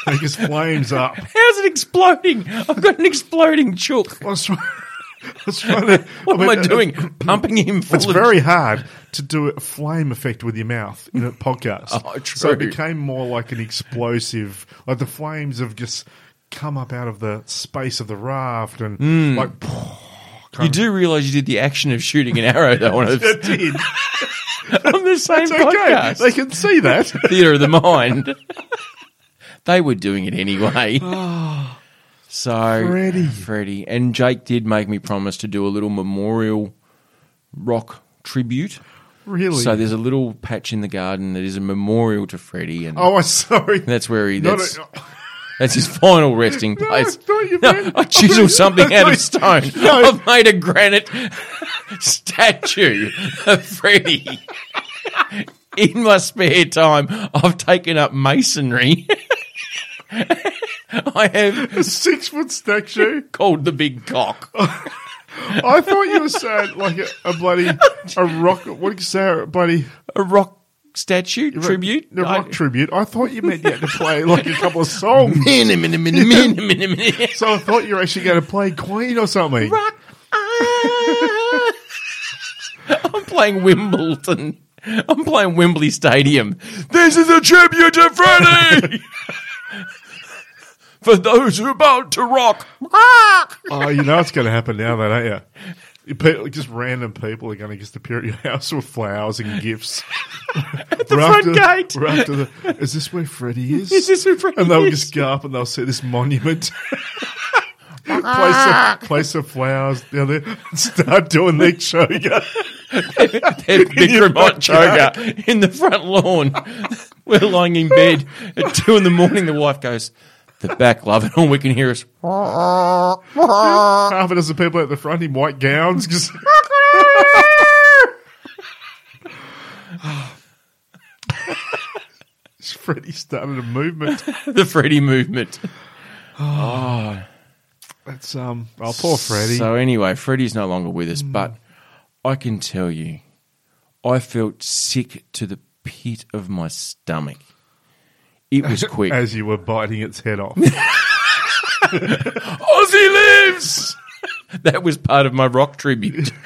[SPEAKER 2] Make his flames up.
[SPEAKER 1] How's it exploding? I've got an exploding chook.
[SPEAKER 2] I was trying, I was trying to.
[SPEAKER 1] What
[SPEAKER 2] mean,
[SPEAKER 1] am I doing? Pumping him full
[SPEAKER 2] It's
[SPEAKER 1] of
[SPEAKER 2] uh, very hard to do a flame effect with your mouth in a podcast.
[SPEAKER 1] Oh, true.
[SPEAKER 2] So it became more like an explosive, like the flames have just come up out of the space of the raft and
[SPEAKER 1] Hmm.
[SPEAKER 2] like.
[SPEAKER 1] You do realise you did the action of shooting an arrow though on, a,
[SPEAKER 2] It did.
[SPEAKER 1] on the same
[SPEAKER 2] It's okay.
[SPEAKER 1] podcast.
[SPEAKER 2] They can see that.
[SPEAKER 1] theater of the mind. they were doing it anyway. so uh,
[SPEAKER 2] Freddie.
[SPEAKER 1] Freddie and Jake did make me promise to do a little memorial rock tribute.
[SPEAKER 2] Really?
[SPEAKER 1] So there's a little patch in the garden that is a memorial to Freddie, and
[SPEAKER 2] oh, I'm sorry.
[SPEAKER 1] that's where he
[SPEAKER 2] Not
[SPEAKER 1] that's
[SPEAKER 2] a-
[SPEAKER 1] that's his final resting
[SPEAKER 2] I
[SPEAKER 1] place.
[SPEAKER 2] thought you meant-
[SPEAKER 1] I chiseled something out of stone.
[SPEAKER 2] No.
[SPEAKER 1] I've made a granite statue of Freddie. In my spare time, I've taken up masonry. I have
[SPEAKER 2] a six foot statue.
[SPEAKER 1] called the big cock.
[SPEAKER 2] I thought you were saying like a, a bloody a rock. What do you say? A bloody
[SPEAKER 1] A rock statue tribute?
[SPEAKER 2] The rock
[SPEAKER 1] I-
[SPEAKER 2] tribute. I thought you meant you had to play like a couple of songs.
[SPEAKER 1] Minute, minute, minute, minute, minute, minute.
[SPEAKER 2] So I thought you were actually going to play Queen or something.
[SPEAKER 1] Rock. ah. I'm playing Wimbledon. I'm playing Wembley Stadium. This is a tribute to Freddie! For those who are about to rock. Rock!
[SPEAKER 2] Oh, you know it's going to happen now, though, don't you? you? People, just random people are going to just appear at your house with flowers and gifts. At the
[SPEAKER 1] front gate.
[SPEAKER 2] We're after the, is this where Freddie is?
[SPEAKER 1] Is this who Freddie
[SPEAKER 2] And they'll
[SPEAKER 1] is?
[SPEAKER 2] just go up and they'll see this monument. place, some, place some flowers down there and start doing their choga.
[SPEAKER 1] They're Bikram
[SPEAKER 2] your
[SPEAKER 1] hot
[SPEAKER 2] backyard.
[SPEAKER 1] choga in the front lawn. We're lying in bed at two in the morning. The wife goes, The back, love, and all we can hear is.
[SPEAKER 2] Half a dozen people at the front in white gowns. Just Freddie started a movement.
[SPEAKER 1] The Freddie movement.
[SPEAKER 2] That's um. Oh, poor Freddie. Mm.
[SPEAKER 1] So anyway, Freddie's no longer with us, but I can tell you, I felt sick to the pit of my stomach. It was quick.
[SPEAKER 2] as you were biting its head off.
[SPEAKER 1] Ozzy lives. that was part of my rock tribute.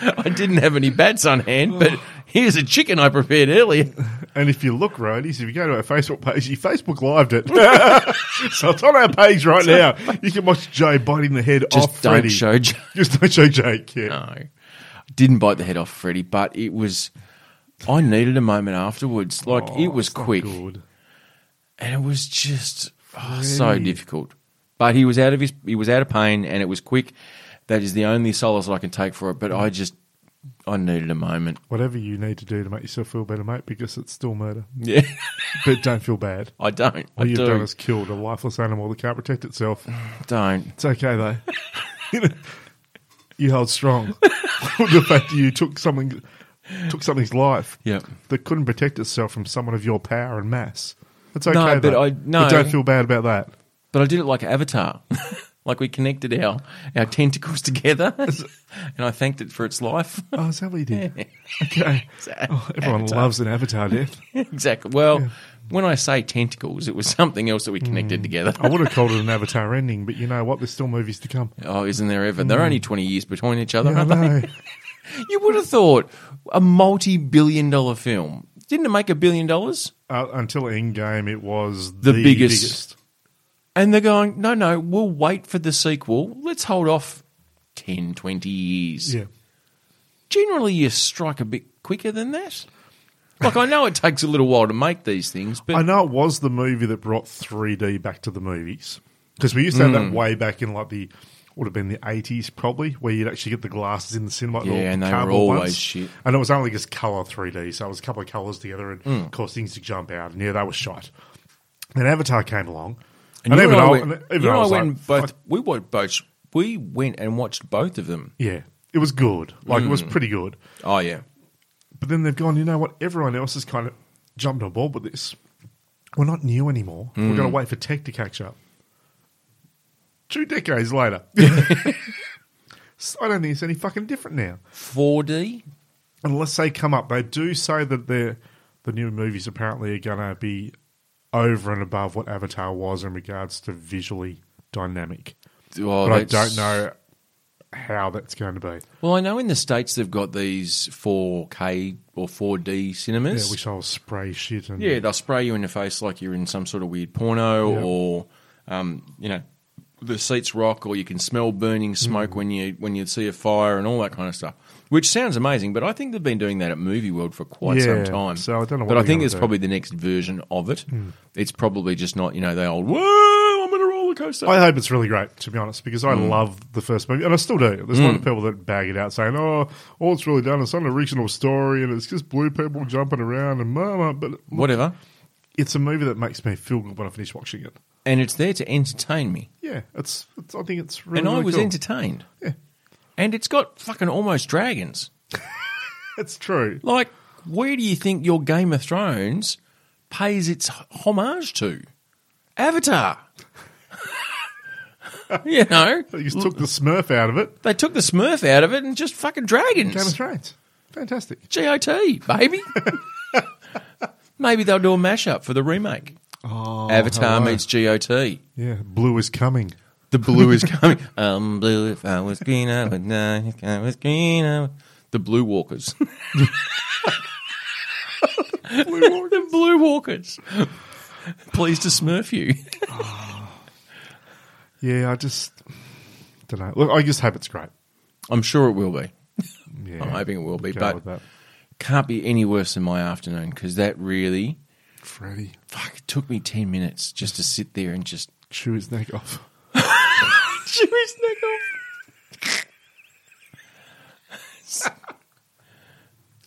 [SPEAKER 1] I didn't have any bats on hand, but here's a chicken I prepared earlier.
[SPEAKER 2] Oh, and if you look, roadies, if you go to our Facebook page, you Facebook lived it. so it's on our page right now. You can watch Jay biting the head
[SPEAKER 1] Just
[SPEAKER 2] off
[SPEAKER 1] don't
[SPEAKER 2] Freddie.
[SPEAKER 1] show. Jay.
[SPEAKER 2] Just don't show Jake. Yeah.
[SPEAKER 1] No, didn't bite the head off Freddie, but it was. I needed a moment afterwards. Like
[SPEAKER 2] Oh,
[SPEAKER 1] it was
[SPEAKER 2] it's not
[SPEAKER 1] quick.
[SPEAKER 2] good.
[SPEAKER 1] and it was just oh, so
[SPEAKER 2] Really?
[SPEAKER 1] difficult. But he was out of his he was out of pain, and it was quick. That is the only solace I can take for it. But I just I needed a moment.
[SPEAKER 2] Whatever you need to do to make yourself feel better, mate, because it's still murder.
[SPEAKER 1] Yeah,
[SPEAKER 2] But don't feel bad.
[SPEAKER 1] I don't. I
[SPEAKER 2] All you've done
[SPEAKER 1] do.
[SPEAKER 2] is killed a lifeless animal that can't protect itself.
[SPEAKER 1] Don't.
[SPEAKER 2] It's okay though. You know, you held strong. the fact that you took something, took something's life
[SPEAKER 1] Yep.
[SPEAKER 2] that couldn't protect itself from someone of your power and mass. That's okay.
[SPEAKER 1] No, but
[SPEAKER 2] though.
[SPEAKER 1] I- no.
[SPEAKER 2] don't feel bad about that.
[SPEAKER 1] But I did it like Avatar, like we connected our our tentacles together, and I thanked it for its life.
[SPEAKER 2] Oh, is that what you did? Okay. Oh, everyone
[SPEAKER 1] Avatar.
[SPEAKER 2] loves an avatar death.
[SPEAKER 1] exactly. Well, when I say tentacles, it was something else that we
[SPEAKER 2] Hmm.
[SPEAKER 1] connected together.
[SPEAKER 2] I would have called it an avatar ending, but you know what? There's still movies to come.
[SPEAKER 1] Oh, isn't there ever? They're only twenty years between each other,
[SPEAKER 2] Hmm. I
[SPEAKER 1] aren't they?
[SPEAKER 2] know.
[SPEAKER 1] You would have thought a multi billion dollar film. Didn't it make a billion dollars?
[SPEAKER 2] Uh, until Endgame, it was
[SPEAKER 1] The
[SPEAKER 2] the,
[SPEAKER 1] biggest.
[SPEAKER 2] biggest.
[SPEAKER 1] And they're going, no, no, we'll wait for the sequel. Let's hold off 10, 20 years.
[SPEAKER 2] Yeah.
[SPEAKER 1] Generally, you strike a bit quicker than that. Like I know it takes a little while to make these things, but
[SPEAKER 2] I know it was the movie that brought 3D back to the movies because we used to have
[SPEAKER 1] Mm.
[SPEAKER 2] that way back in like the would have been the 80s probably where you'd actually get the glasses in the cinema. the
[SPEAKER 1] Yeah, and they were
[SPEAKER 2] cardboard
[SPEAKER 1] always
[SPEAKER 2] ones.
[SPEAKER 1] shit.
[SPEAKER 2] And it was only just color 3D, so it was a couple of colors together and
[SPEAKER 1] Mm.
[SPEAKER 2] caused things to jump out. And yeah, they were shot. Then Avatar came along, and,
[SPEAKER 1] you
[SPEAKER 2] even
[SPEAKER 1] and I
[SPEAKER 2] though
[SPEAKER 1] went-
[SPEAKER 2] even
[SPEAKER 1] you and
[SPEAKER 2] though
[SPEAKER 1] I
[SPEAKER 2] was
[SPEAKER 1] went
[SPEAKER 2] like,
[SPEAKER 1] both. We went both. We went and watched both of them.
[SPEAKER 2] yeah, it was good. Like it was pretty good.
[SPEAKER 1] Oh yeah,
[SPEAKER 2] But then they've gone, you know what? Everyone else has kind of jumped on board with this. We're not new anymore.
[SPEAKER 1] Hmm.
[SPEAKER 2] We've got to wait for tech to catch up. Two decades later. So I don't think it's any fucking different now.
[SPEAKER 1] 4D.
[SPEAKER 2] Unless they come up, they do say that they're, the new movies apparently are going to be over and above what Avatar was in regards to visually dynamic.
[SPEAKER 1] Well,
[SPEAKER 2] but I
[SPEAKER 1] Oh, that's-
[SPEAKER 2] don't know how that's going to be.
[SPEAKER 1] Well, I know in the states they've got these 4K or 4D
[SPEAKER 2] Yeah,
[SPEAKER 1] cinemas.
[SPEAKER 2] which I'll spray shit and
[SPEAKER 1] Yeah, they'll spray you in the face like you're in some sort of weird porno,
[SPEAKER 2] Yeah.
[SPEAKER 1] or um, you know, the seats rock, or you can smell
[SPEAKER 2] Hmm.
[SPEAKER 1] burning smoke when you when you see a fire, and all that kind of stuff. Which sounds amazing, but I think they've been doing that at Movie World for quite some
[SPEAKER 2] Yeah,
[SPEAKER 1] time.
[SPEAKER 2] so I don't know what
[SPEAKER 1] but
[SPEAKER 2] they're
[SPEAKER 1] I think
[SPEAKER 2] gonna
[SPEAKER 1] it's
[SPEAKER 2] do. Hmm.
[SPEAKER 1] probably the next version of it. It's probably just not you know the old whoa, I'm on a roller coaster.
[SPEAKER 2] I hope it's really great, to be honest, because I
[SPEAKER 1] Mm.
[SPEAKER 2] love the first movie, and I still do. There's a lot of people that bag it out saying, "Oh, all it's really done is an original story, and it's just blue people jumping around and mama." But
[SPEAKER 1] Whatever,
[SPEAKER 2] it's a movie that makes me feel good when I finish watching it.
[SPEAKER 1] and it's there to entertain me,
[SPEAKER 2] Yeah, it's. it's I think it's really.
[SPEAKER 1] and I
[SPEAKER 2] really
[SPEAKER 1] was
[SPEAKER 2] cool.
[SPEAKER 1] entertained.
[SPEAKER 2] Yeah.
[SPEAKER 1] And it's got fucking almost dragons.
[SPEAKER 2] It's true.
[SPEAKER 1] Like, where do you think your Game of Thrones pays its homage to? Avatar. you know,
[SPEAKER 2] They just took the Smurf out of it.
[SPEAKER 1] they took the Smurf out of it and just fucking dragons.
[SPEAKER 2] Game of Thrones, fantastic.
[SPEAKER 1] GOT, baby. Maybe they'll do a mashup for the remake.
[SPEAKER 2] Oh,
[SPEAKER 1] Avatar meets GOT.
[SPEAKER 2] Yeah, blue is coming.
[SPEAKER 1] The blue is coming. I'm blue if I was green, I would not. If I was green, I would... The Blue Walkers. the Blue Walkers. Pleased to smurf you.
[SPEAKER 2] Yeah, I just don't know. Look, I just hope it's great.
[SPEAKER 1] I'm sure it will be.
[SPEAKER 2] Yeah,
[SPEAKER 1] I'm hoping it will be,
[SPEAKER 2] Go
[SPEAKER 1] but
[SPEAKER 2] with that.
[SPEAKER 1] can't be any worse than my afternoon because that really,
[SPEAKER 2] Freddy
[SPEAKER 1] fuck, it took me 10 minutes just to sit there and just
[SPEAKER 2] chew his neck off.
[SPEAKER 1] chew his neck off.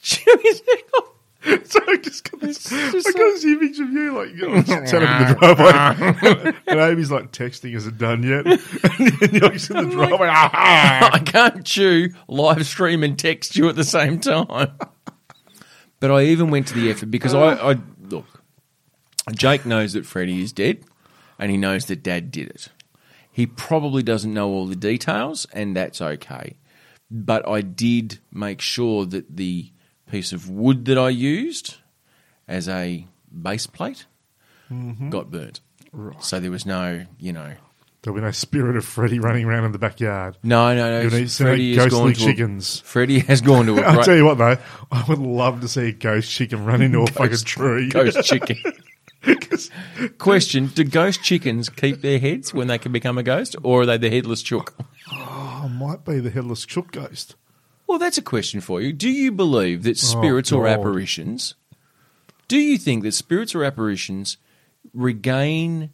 [SPEAKER 1] chew his neck off.
[SPEAKER 2] So I just got this,
[SPEAKER 1] just
[SPEAKER 2] I got this image of you like you know, just chatting in the driveway, and Amy's like texting, "Is it done yet?" and you're just in the driveway.
[SPEAKER 1] "Ah, I can't chew, live stream, and text you at the same time. But I even went to the effort because I, I look. Jake knows that Freddie is dead, and he knows that Dad did it. He probably doesn't know all the details, and that's okay. But I did make sure that the piece of wood that I used as a base plate got burnt.
[SPEAKER 2] Mm-hmm. Right.
[SPEAKER 1] So there was no, you know,
[SPEAKER 2] There'll be no spirit of Freddy running around in the backyard.
[SPEAKER 1] no, no, no.
[SPEAKER 2] You'll need to
[SPEAKER 1] Freddie
[SPEAKER 2] make
[SPEAKER 1] has gone
[SPEAKER 2] ghostly
[SPEAKER 1] to a-
[SPEAKER 2] chickens.
[SPEAKER 1] Freddie has gone to
[SPEAKER 2] I'll
[SPEAKER 1] a
[SPEAKER 2] tell
[SPEAKER 1] great
[SPEAKER 2] you what though, I would love to see a ghost chicken run into a fucking tree.
[SPEAKER 1] ghost chicken.
[SPEAKER 2] 'Cause
[SPEAKER 1] Question: Do ghost chickens keep their heads when they can become a ghost, or are they the headless chook?
[SPEAKER 2] I Oh, might be the headless chook ghost.
[SPEAKER 1] Well, that's a question for you. Do you believe that spirits or
[SPEAKER 2] Oh, God.
[SPEAKER 1] apparitions? Do you think that spirits or apparitions regain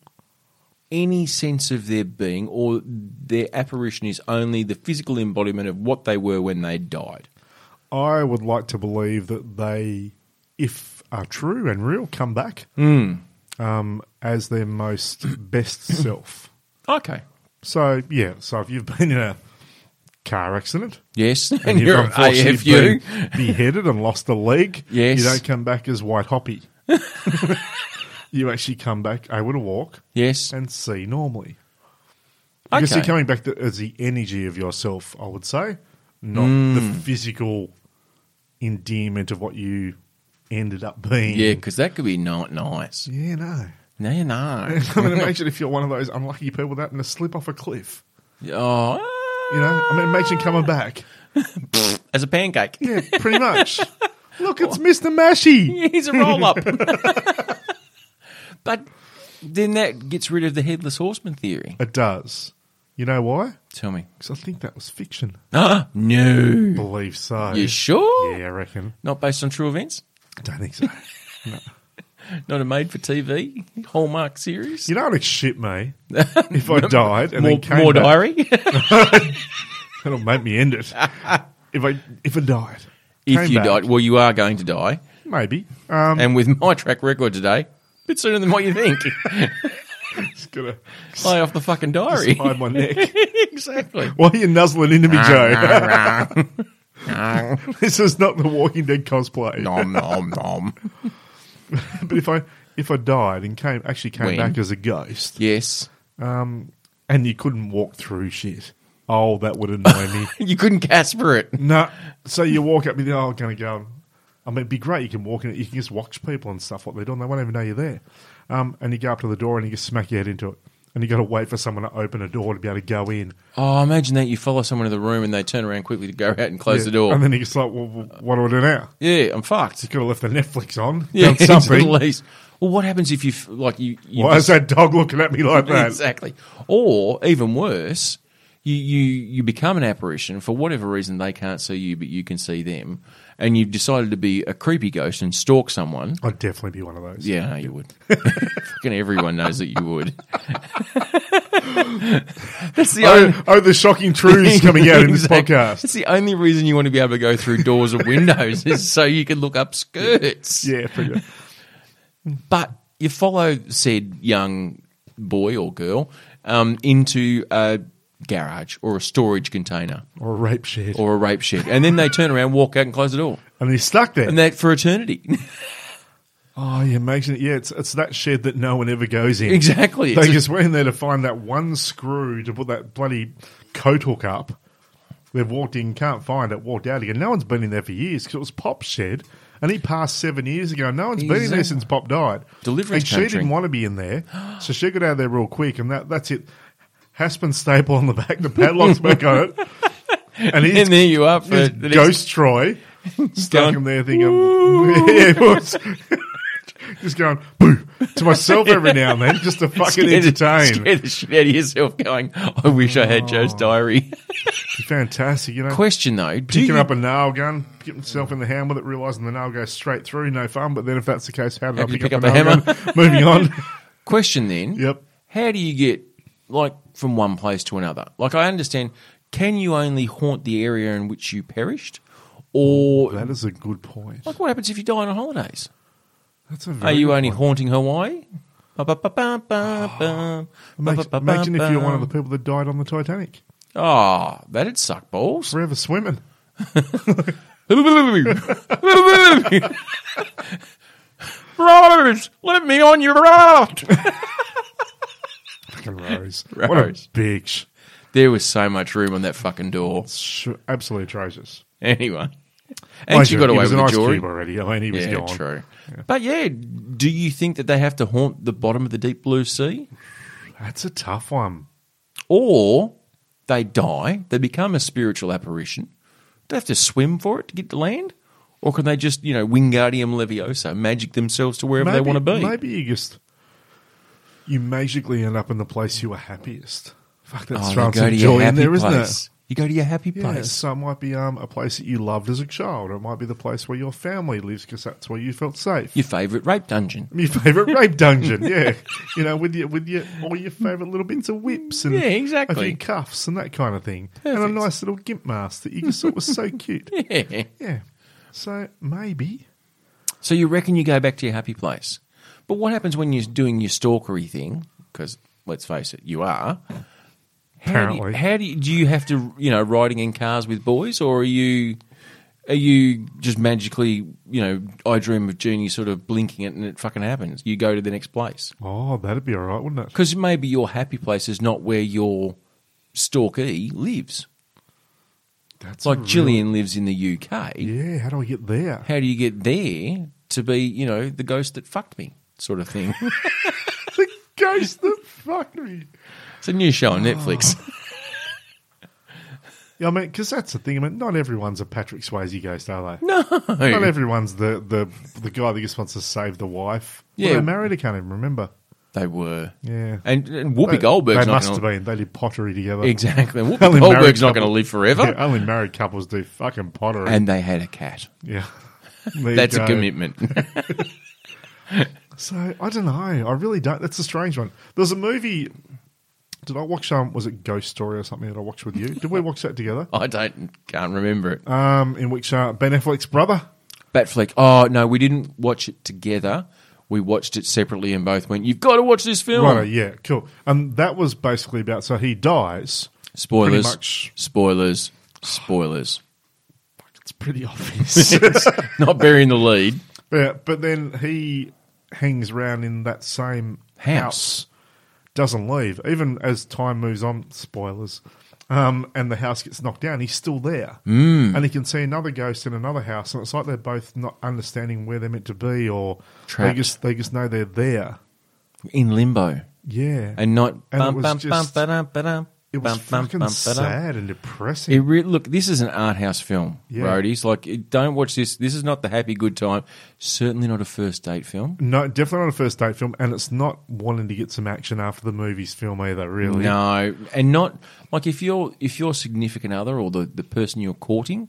[SPEAKER 1] any sense of their being, or their apparition is only the physical embodiment of what they were when they died?
[SPEAKER 2] I would like to believe that they, if are true and real, come back
[SPEAKER 1] Hmm.
[SPEAKER 2] um, as their most best self.
[SPEAKER 1] Okay.
[SPEAKER 2] So yeah, so if you've been in a car accident
[SPEAKER 1] Yes, and,
[SPEAKER 2] and, you've
[SPEAKER 1] you're
[SPEAKER 2] unfortunately
[SPEAKER 1] AFU.
[SPEAKER 2] been beheaded and lost a leg,
[SPEAKER 1] Yes.
[SPEAKER 2] you don't come back as White Hoppy. you actually come back able to walk
[SPEAKER 1] Yes.
[SPEAKER 2] and see normally. Because
[SPEAKER 1] Okay.
[SPEAKER 2] you're coming back to, as the energy of yourself, I would say, not
[SPEAKER 1] Hmm.
[SPEAKER 2] the physical endearment of what you ended up being.
[SPEAKER 1] Yeah, because that could be not nice.
[SPEAKER 2] Yeah, no.
[SPEAKER 1] No, no.
[SPEAKER 2] I mean, imagine if you're one of those unlucky people that happen to slip off a cliff.
[SPEAKER 1] oh,
[SPEAKER 2] You know, I mean, imagine coming back.
[SPEAKER 1] as a pancake.
[SPEAKER 2] Yeah, pretty much. Look, it's Mr. Mashy.
[SPEAKER 1] He's a roll up. but then that gets rid of the headless horseman theory.
[SPEAKER 2] It does. You know why?
[SPEAKER 1] Tell me.
[SPEAKER 2] Because I think that was fiction.
[SPEAKER 1] Ah, no.
[SPEAKER 2] Believe so.
[SPEAKER 1] You sure?
[SPEAKER 2] Yeah, I reckon.
[SPEAKER 1] Not based on true events?
[SPEAKER 2] Don't think so.
[SPEAKER 1] Not a made for TV Hallmark series.
[SPEAKER 2] you know what'd shit me if I died and
[SPEAKER 1] more
[SPEAKER 2] then came
[SPEAKER 1] more
[SPEAKER 2] back,
[SPEAKER 1] diary.
[SPEAKER 2] That'll make me end it. if I if I died,
[SPEAKER 1] if
[SPEAKER 2] came
[SPEAKER 1] you
[SPEAKER 2] back,
[SPEAKER 1] died, well, you are going to die.
[SPEAKER 2] maybe. Um,
[SPEAKER 1] And with my track record today, a bit sooner than what you think.
[SPEAKER 2] just gonna
[SPEAKER 1] Lay off the fucking diary.
[SPEAKER 2] slide my neck.
[SPEAKER 1] exactly.
[SPEAKER 2] Why are you nuzzling into me, Joe? this is not the Walking Dead cosplay.
[SPEAKER 1] nom nom nom.
[SPEAKER 2] But if I if I died and came actually came
[SPEAKER 1] When?
[SPEAKER 2] back as a ghost,
[SPEAKER 1] Yes.
[SPEAKER 2] Um, and you couldn't walk through shit, oh, that would annoy me.
[SPEAKER 1] You couldn't Casper it.
[SPEAKER 2] No. So you walk up and you go, oh, I'm going to go. I mean, it'd be great. You can walk in it. You can just watch people and stuff, what they're doing. They won't even know you're there. Um, and you go up to the door and you just smack your head into it. And you got to wait for someone to open a door to be able to go in.
[SPEAKER 1] Oh, imagine that you follow someone in the room and they turn around quickly to go out and close
[SPEAKER 2] Yeah.
[SPEAKER 1] the door.
[SPEAKER 2] And then you just like, well, well, what do I do now?
[SPEAKER 1] yeah, I'm fucked.
[SPEAKER 2] You could have left the Netflix on.
[SPEAKER 1] Yeah,
[SPEAKER 2] Yeah,
[SPEAKER 1] it's at
[SPEAKER 2] something.
[SPEAKER 1] least. Well, what happens if you f- like you? you
[SPEAKER 2] Why
[SPEAKER 1] just-
[SPEAKER 2] is that dog looking at me like that?
[SPEAKER 1] exactly? Or even worse, you you you become an apparition for whatever reason they can't see you, but you can see them, and you've decided to be a creepy ghost and stalk someone.
[SPEAKER 2] I'd definitely be one of those.
[SPEAKER 1] Yeah, no, you would. Fucking everyone knows that you would. That's the only.
[SPEAKER 2] Oh, oh, the shocking truths coming out in this
[SPEAKER 1] Exactly.
[SPEAKER 2] podcast.
[SPEAKER 1] That's the only reason you want to be able to go through doors and windows is so you can look up skirts.
[SPEAKER 2] Yeah, pretty good.
[SPEAKER 1] But you follow said young boy or girl um, into a garage or a storage container
[SPEAKER 2] Or a rape shit.
[SPEAKER 1] or a rape shed, and then they turn around, walk out, and close the door,
[SPEAKER 2] and he's stuck there.
[SPEAKER 1] and that for eternity.
[SPEAKER 2] oh, you imagine it. Yeah, it's, it's that shed that no one ever goes in.
[SPEAKER 1] exactly. It's
[SPEAKER 2] They
[SPEAKER 1] a-
[SPEAKER 2] just went in there to find that one screw to put that bloody coat hook up. They've walked in, can't find it, walked out again. No one's been in there for years because it was Pop's shed and he passed seven years ago. No one's been in there
[SPEAKER 1] Exactly.
[SPEAKER 2] since Pop died.
[SPEAKER 1] Deliverance
[SPEAKER 2] And she
[SPEAKER 1] country.
[SPEAKER 2] didn't want to be in there, so she got out of there real quick and that, that's it. Haspen staple on the back, the padlock's back on it. And he's
[SPEAKER 1] and there you are for
[SPEAKER 2] this
[SPEAKER 1] the next-
[SPEAKER 2] ghost Troy stuck
[SPEAKER 1] going,
[SPEAKER 2] him there thinking, yeah, it was. just going boo to myself every now and then just to fucking
[SPEAKER 1] Scared-
[SPEAKER 2] entertain.
[SPEAKER 1] Scared the shit out of yourself going, I wish I had Joe's
[SPEAKER 2] Oh.
[SPEAKER 1] diary.
[SPEAKER 2] Fantastic, you know.
[SPEAKER 1] Question though, do
[SPEAKER 2] Picking
[SPEAKER 1] you,
[SPEAKER 2] up a nail gun, getting himself in the hand with it, realizing the nail goes straight through, no fun. But then, if that's the case, how did I
[SPEAKER 1] do you
[SPEAKER 2] pick, up, a hammer? Gun? Moving on.
[SPEAKER 1] question then,
[SPEAKER 2] Yep.
[SPEAKER 1] how do you get like from one place to another? Like I understand, can you only haunt the area in which you perished? Or
[SPEAKER 2] That is a good point.
[SPEAKER 1] like what happens if you die on holidays?
[SPEAKER 2] That's a
[SPEAKER 1] Are
[SPEAKER 2] very
[SPEAKER 1] you
[SPEAKER 2] good
[SPEAKER 1] only
[SPEAKER 2] point.
[SPEAKER 1] haunting Hawaii? Ba-ba-ba-ba-ba-bum.
[SPEAKER 2] Imagine, imagine if you're one of
[SPEAKER 1] Ba-ba-ba-ba-bum.
[SPEAKER 2] the people that died on the Titanic,
[SPEAKER 1] Ah, that'd suck balls.
[SPEAKER 2] forever swimming.
[SPEAKER 1] Rose, let me on your raft.
[SPEAKER 2] Fucking Rose, what a
[SPEAKER 1] Rose.
[SPEAKER 2] bitch!
[SPEAKER 1] There was so much room on that fucking door.
[SPEAKER 2] Sh- Absolutely atrocious.
[SPEAKER 1] Anyway, and she got
[SPEAKER 2] Mind you,
[SPEAKER 1] away
[SPEAKER 2] he was
[SPEAKER 1] with
[SPEAKER 2] an
[SPEAKER 1] the
[SPEAKER 2] ice
[SPEAKER 1] jury.
[SPEAKER 2] cube already. I mean, he was
[SPEAKER 1] Yeah,
[SPEAKER 2] gone.
[SPEAKER 1] true. But yeah, do you think that they have to haunt the bottom of the deep blue sea,
[SPEAKER 2] That's a tough one.
[SPEAKER 1] or they die, they become a spiritual apparition? Do they have to swim for it to get to land, or can they just you know Wingardium Leviosa magic themselves to wherever they want to be?
[SPEAKER 2] Maybe you just you magically end up in the place you were happiest. Fuck, that's
[SPEAKER 1] Oh,
[SPEAKER 2] throwing
[SPEAKER 1] they go
[SPEAKER 2] some
[SPEAKER 1] to your
[SPEAKER 2] joy in
[SPEAKER 1] happy
[SPEAKER 2] there, not it?
[SPEAKER 1] place. You go to your happy
[SPEAKER 2] Yeah,
[SPEAKER 1] place.
[SPEAKER 2] so it might be um, a place that you loved as a child, or it might be the place where your family lives because that's where you felt safe.
[SPEAKER 1] Your favourite rape dungeon.
[SPEAKER 2] Your favorite rape dungeon, yeah, you know, with your with your all your favorite little bits of whips and
[SPEAKER 1] Yeah,
[SPEAKER 2] a
[SPEAKER 1] exactly.
[SPEAKER 2] few cuffs and that kind of thing,
[SPEAKER 1] Perfect.
[SPEAKER 2] and a nice little gimp mask that you just thought was so cute.
[SPEAKER 1] Yeah.
[SPEAKER 2] Yeah, so maybe
[SPEAKER 1] So you reckon you go back to your happy place. But what happens when you're doing your stalkery thing? Because let's face it, you are.
[SPEAKER 2] Apparently.
[SPEAKER 1] How do you, how do you do you have to you know riding in cars with boys or are you are you just magically you know I dream of genie sort of blinking it and it fucking happens? You go to the next place
[SPEAKER 2] oh, that'd be all right, wouldn't it?
[SPEAKER 1] because maybe your happy place is not where your stalkee lives.
[SPEAKER 2] That's
[SPEAKER 1] It's like
[SPEAKER 2] a real-
[SPEAKER 1] Gillian lives in the UK.
[SPEAKER 2] Yeah, how do I get there?
[SPEAKER 1] How do you get there to be you know the ghost that fucked me sort of thing?
[SPEAKER 2] the ghost that fucked me.
[SPEAKER 1] It's a new show on Netflix.
[SPEAKER 2] Yeah, I mean, because that's the thing. I mean, not everyone's a Patrick Swayze ghost, are they?
[SPEAKER 1] No.
[SPEAKER 2] Not everyone's the, the the guy that just wants to save the wife. Yeah,
[SPEAKER 1] Yeah.
[SPEAKER 2] they married. I can't even remember.
[SPEAKER 1] they were.
[SPEAKER 2] Yeah,
[SPEAKER 1] And, and Whoopi
[SPEAKER 2] They-
[SPEAKER 1] Goldberg's
[SPEAKER 2] They
[SPEAKER 1] not
[SPEAKER 2] must
[SPEAKER 1] gonna,
[SPEAKER 2] have been. They did pottery together.
[SPEAKER 1] Exactly. Whoopi
[SPEAKER 2] Only married
[SPEAKER 1] Goldberg's not going to
[SPEAKER 2] couple.
[SPEAKER 1] live forever.
[SPEAKER 2] Yeah, only married couples do fucking pottery.
[SPEAKER 1] And they had a cat.
[SPEAKER 2] yeah, There you
[SPEAKER 1] That's a
[SPEAKER 2] go.
[SPEAKER 1] commitment.
[SPEAKER 2] So I don't know. I really don't. That's a strange one. There's a movie. Did I watch? Um, was it Ghost Story or something that I watched with you? Did we watch that together?
[SPEAKER 1] I don't can't remember it.
[SPEAKER 2] Um, in which uh, Ben Affleck's brother.
[SPEAKER 1] Batfleck. Oh no, we didn't watch it together. We watched it separately and both went, "You've got to watch this film."
[SPEAKER 2] Right. Yeah. Cool. And that was basically about. So he dies.
[SPEAKER 1] Spoilers.
[SPEAKER 2] Pretty much.
[SPEAKER 1] Spoilers. Spoilers.
[SPEAKER 2] It's pretty obvious.
[SPEAKER 1] Not burying the lead.
[SPEAKER 2] yeah, but then he hangs around in that same
[SPEAKER 1] House.
[SPEAKER 2] doesn't leave. Even as time moves on, spoilers, um, and the house gets knocked down, he's still there. Mm. And he can see another ghost in another house, and it's like they're both not understanding where they're meant to be, or
[SPEAKER 1] Trapped.
[SPEAKER 2] they just they just know they're there.
[SPEAKER 1] In limbo.
[SPEAKER 2] Yeah,
[SPEAKER 1] And not
[SPEAKER 2] And it was just- it was fucking sad and depressing.
[SPEAKER 1] It re- look, this is an art house film,
[SPEAKER 2] Yeah.
[SPEAKER 1] roadies. Like, it- don't watch this. This is not the happy good time. Certainly not a first date film.
[SPEAKER 2] no, definitely not a first date film, and it's not wanting to get some action after the movie's film either. Really,
[SPEAKER 1] No, and not like if your if your significant other or the, the person you're courting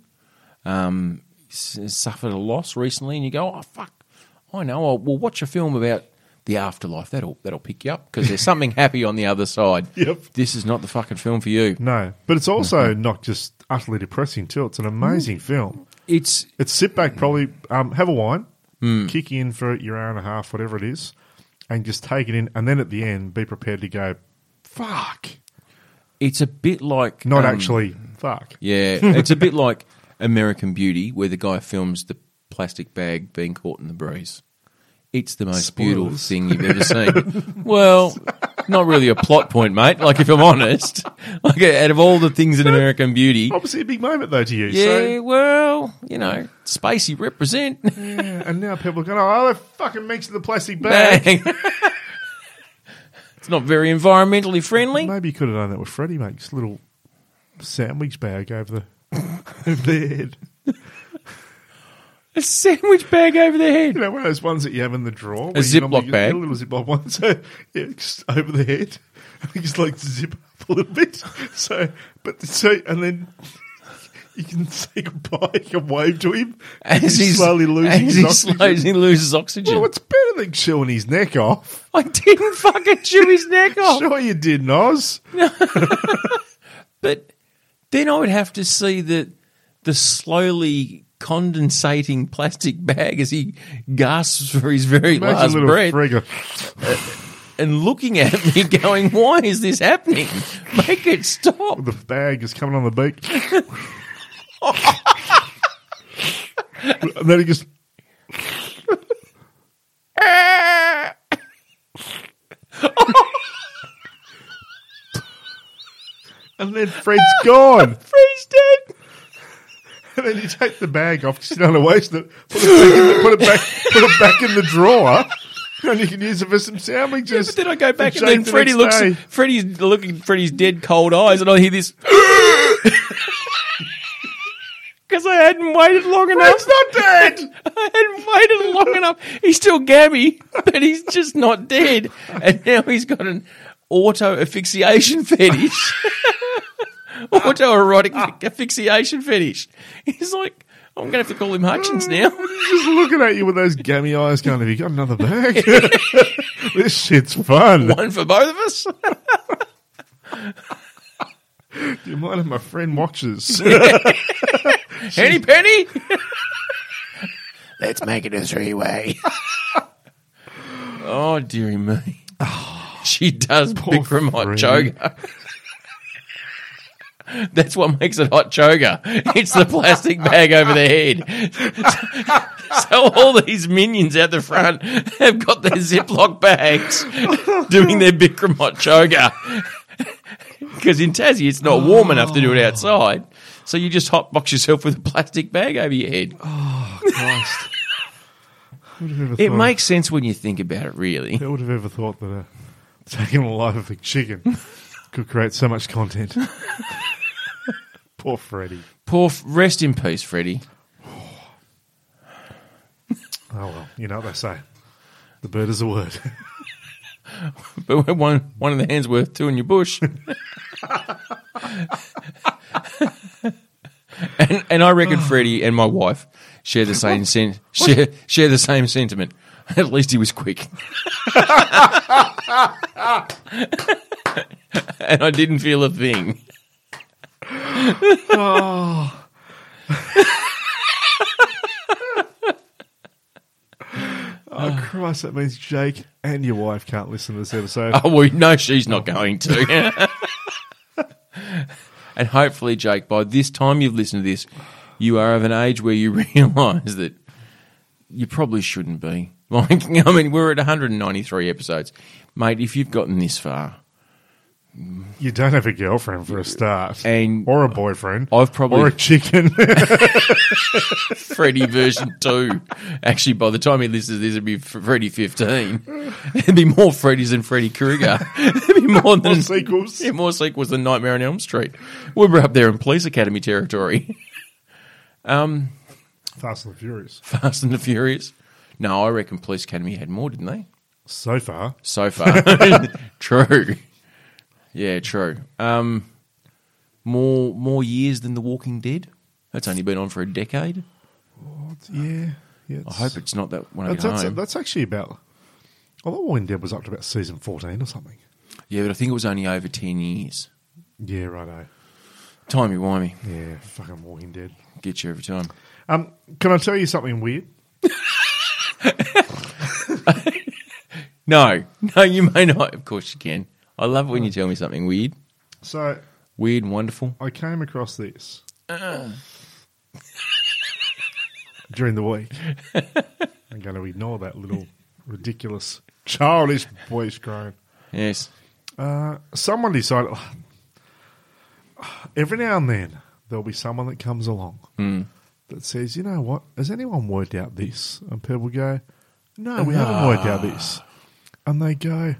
[SPEAKER 1] um, s- suffered a loss recently, and you go, oh fuck, I know. I'll, we'll watch a film about the afterlife. That'll that'll pick you up because there's something happy on the other side.
[SPEAKER 2] Yep.
[SPEAKER 1] This is not the fucking film for you.
[SPEAKER 2] no, but it's also not just utterly depressing too. It's an
[SPEAKER 1] Mm.
[SPEAKER 2] amazing film.
[SPEAKER 1] It's
[SPEAKER 2] It's sit back, probably um, have a wine,
[SPEAKER 1] Mm.
[SPEAKER 2] kick in for your hour and a half, whatever it is, and just take it in. And then at the end, be prepared to go, fuck.
[SPEAKER 1] it's a bit like
[SPEAKER 2] Not
[SPEAKER 1] um,
[SPEAKER 2] actually, fuck.
[SPEAKER 1] Yeah, it's a bit like American Beauty, where the guy films the plastic bag being caught in the breeze. It's the most beautiful
[SPEAKER 2] Spoilers.
[SPEAKER 1] thing you've ever seen. well, not really a plot point, mate. Like, if I'm honest, like out of all the things in American Beauty,
[SPEAKER 2] Obviously, a big moment, though, to you.
[SPEAKER 1] yeah,
[SPEAKER 2] So,
[SPEAKER 1] well, you know, spacey represent.
[SPEAKER 2] yeah. And now people are going, oh, they fucking mentioned the plastic bag.
[SPEAKER 1] Bang. it's not very environmentally friendly.
[SPEAKER 2] Maybe you could have done that with Freddie, mate. Just a little sandwich bag over the, over the head.
[SPEAKER 1] A sandwich bag over the
[SPEAKER 2] You
[SPEAKER 1] head.
[SPEAKER 2] know, one of those ones that you have in the drawer.
[SPEAKER 1] A Ziploc bag.
[SPEAKER 2] A little Ziploc one. So, yeah, just over the head. You just like zip up a little bit. So, but so, and then you can say goodbye. You can wave to him
[SPEAKER 1] As he's
[SPEAKER 2] slowly losing
[SPEAKER 1] as
[SPEAKER 2] his
[SPEAKER 1] he
[SPEAKER 2] oxygen.
[SPEAKER 1] slowly loses oxygen.
[SPEAKER 2] Well, it's better than chewing his neck off.
[SPEAKER 1] I didn't fucking chew his neck off.
[SPEAKER 2] Sure, you did, Oz.
[SPEAKER 1] But then I would have to see the the slowly condensating plastic bag as he gasps for his very last
[SPEAKER 2] Imagine little
[SPEAKER 1] breath
[SPEAKER 2] Frigga.
[SPEAKER 1] and looking at me going, Why is this happening? Make it stop.
[SPEAKER 2] The bag is coming on the beak. and then he just. and then Fred's gone.
[SPEAKER 1] Freeze dead.
[SPEAKER 2] And then you take the bag off because you don't want to waste it. Put it, put it back. Put it back in the drawer, and you can use it for some
[SPEAKER 1] Yeah,
[SPEAKER 2] sandwiches.
[SPEAKER 1] but then I go back and,
[SPEAKER 2] shake
[SPEAKER 1] then
[SPEAKER 2] the
[SPEAKER 1] Freddie
[SPEAKER 2] next
[SPEAKER 1] looks
[SPEAKER 2] day.
[SPEAKER 1] Freddie's looking at Freddie's dead cold eyes and I hear this Because I hadn't waited long enough.
[SPEAKER 2] Fred's not dead.
[SPEAKER 1] I hadn't waited long enough. He's still gammy, but he's just not dead. And now he's got an auto asphyxiation fetish. auto erotic asphyxiation fetish. He's like, I'm going to have to call him Hutchins now.
[SPEAKER 2] He's just looking at you with those gammy eyes, going, "Have you got another bag? this shit's fun.
[SPEAKER 1] One for both of us.
[SPEAKER 2] Do you mind if my friend watches?"
[SPEAKER 1] Henny Penny. Let's make it a three way. oh, dearie me. She does pick from Hot
[SPEAKER 2] Freddy.
[SPEAKER 1] Choga. That's what makes it hot choga. It's the plastic bag over the head. So all these minions out the front have got their Ziploc bags doing their Bikram hot choga. Because in Tassie, it's not warm enough to do it outside. So you just hot box yourself with a plastic bag over your head.
[SPEAKER 2] Christ. Who would have ever
[SPEAKER 1] It
[SPEAKER 2] thought-
[SPEAKER 1] makes sense when you think about it, really.
[SPEAKER 2] Who would have ever thought that uh, taking a life of a chicken could create so much content? Poor Freddy.
[SPEAKER 1] Poor, f- rest in peace, Freddie.
[SPEAKER 2] Oh well, you know what they say. The bird is a word.
[SPEAKER 1] But when one one in the hand's worth two in your bush. and and I reckon Freddie and my wife, share the same sen- share share the same sentiment. At least he was quick, and I didn't feel a thing.
[SPEAKER 2] Oh, Christ, that means Jake and your wife can't listen to this episode.
[SPEAKER 1] Oh, we know she's not going to. and hopefully, Jake, by this time you've listened to this, you are of an age where you realise that you probably shouldn't be. Like, I mean, we're at 193 episodes. Mate, if you've gotten this far,
[SPEAKER 2] You don't have a girlfriend for a start,
[SPEAKER 1] And-
[SPEAKER 2] or a boyfriend.
[SPEAKER 1] I've probably-
[SPEAKER 2] or a chicken.
[SPEAKER 1] Freddy version 2. Actually, by the time he listens to this, it'd be Freddy 15. It'd be more Freddy's than Freddy Krueger. It'd be more than.
[SPEAKER 2] sequels.
[SPEAKER 1] Yeah, more sequels than Nightmare on Elm Street. We were up there in Police Academy territory.
[SPEAKER 2] Fast and the Furious.
[SPEAKER 1] Fast and the Furious. No, I reckon Police Academy had more, didn't they?
[SPEAKER 2] So far,
[SPEAKER 1] So far, true. Yeah, true. Um, more more years than The Walking Dead. That's only been on for a decade.
[SPEAKER 2] yeah, yeah.
[SPEAKER 1] I hope it's not that when I get
[SPEAKER 2] that's, that's,
[SPEAKER 1] home.
[SPEAKER 2] that's actually about. I thought Walking Dead was up to about season fourteen or something.
[SPEAKER 1] Yeah, but I think it was only over ten years.
[SPEAKER 2] Yeah, eh? righto.
[SPEAKER 1] Timey wimey,
[SPEAKER 2] Yeah, fucking Walking Dead.
[SPEAKER 1] get you every time.
[SPEAKER 2] Um, can I tell you something weird?
[SPEAKER 1] No, no, you may not. Of course you can. I love it when you tell me something weird,
[SPEAKER 2] So
[SPEAKER 1] weird, and wonderful.
[SPEAKER 2] I came across this
[SPEAKER 1] Uh.
[SPEAKER 2] during the week. I'm going to ignore that little ridiculous, childish voice groan.
[SPEAKER 1] Yes,
[SPEAKER 2] Uh, someone decided. Every now and then, there'll be someone that comes along
[SPEAKER 1] Hmm.
[SPEAKER 2] that says, "You know what? Has anyone worked out this?" And people go, "No, we
[SPEAKER 1] Ah.
[SPEAKER 2] haven't worked out this." And they go,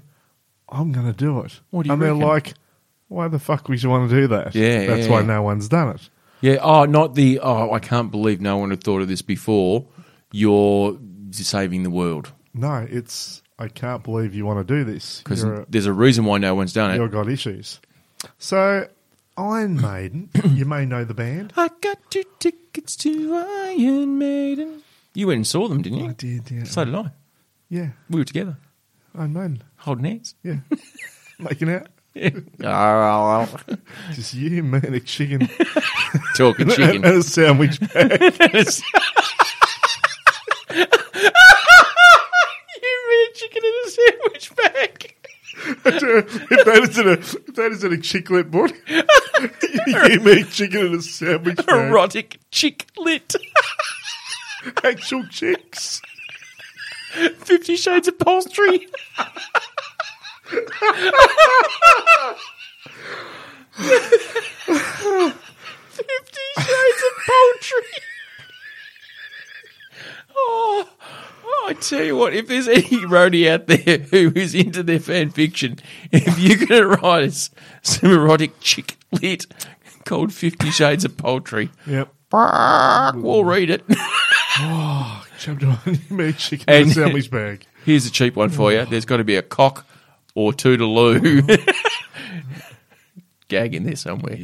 [SPEAKER 2] "I'm going to do it."
[SPEAKER 1] What do you
[SPEAKER 2] and
[SPEAKER 1] reckon?
[SPEAKER 2] they're like, "Why the fuck would you want to do that?"
[SPEAKER 1] Yeah,
[SPEAKER 2] that's
[SPEAKER 1] yeah,
[SPEAKER 2] why
[SPEAKER 1] yeah.
[SPEAKER 2] no one's done it.
[SPEAKER 1] Yeah. Oh, not the. Oh, I can't believe no one had thought of this before. You're saving the world
[SPEAKER 2] No, it's I can't believe you want to do this
[SPEAKER 1] because
[SPEAKER 2] You're a-
[SPEAKER 1] there's a reason why no one's done it.
[SPEAKER 2] you've got issues. So, Iron Maiden, you may know the band.
[SPEAKER 1] I got two tickets to Iron Maiden. You went and saw them, didn't you?
[SPEAKER 2] I did, yeah.
[SPEAKER 1] So did I.
[SPEAKER 2] yeah,
[SPEAKER 1] We were together,
[SPEAKER 2] Iron Maiden.
[SPEAKER 1] holding hands. Oh,
[SPEAKER 2] Yeah. Making out.
[SPEAKER 1] Yeah.
[SPEAKER 2] Just you, me, and a chicken.
[SPEAKER 1] Talking
[SPEAKER 2] and
[SPEAKER 1] chicken.
[SPEAKER 2] a sandwich.
[SPEAKER 1] you mean chicken in a sandwich bag?
[SPEAKER 2] if that isn't a if that isn't a chiclet board, you, me, chicken, and a sandwich. man.
[SPEAKER 1] Erotic chick lit.
[SPEAKER 2] Actual chicks.
[SPEAKER 1] Fifty Shades upholstery. Fifty Shades of Poultry. Oh, oh, I tell you what, if there's any roadie out there who is into their fan fiction, if you can write us some erotic chick lit called Fifty Shades of Poultry,
[SPEAKER 2] Yep.
[SPEAKER 1] we'll read it.
[SPEAKER 2] Oh, Chapter one, you, me, chicken, and
[SPEAKER 1] And-
[SPEAKER 2] a sandwich bag.
[SPEAKER 1] Here's a cheap one for you. There's got to be a cock or toodaloo. Gag in there somewhere.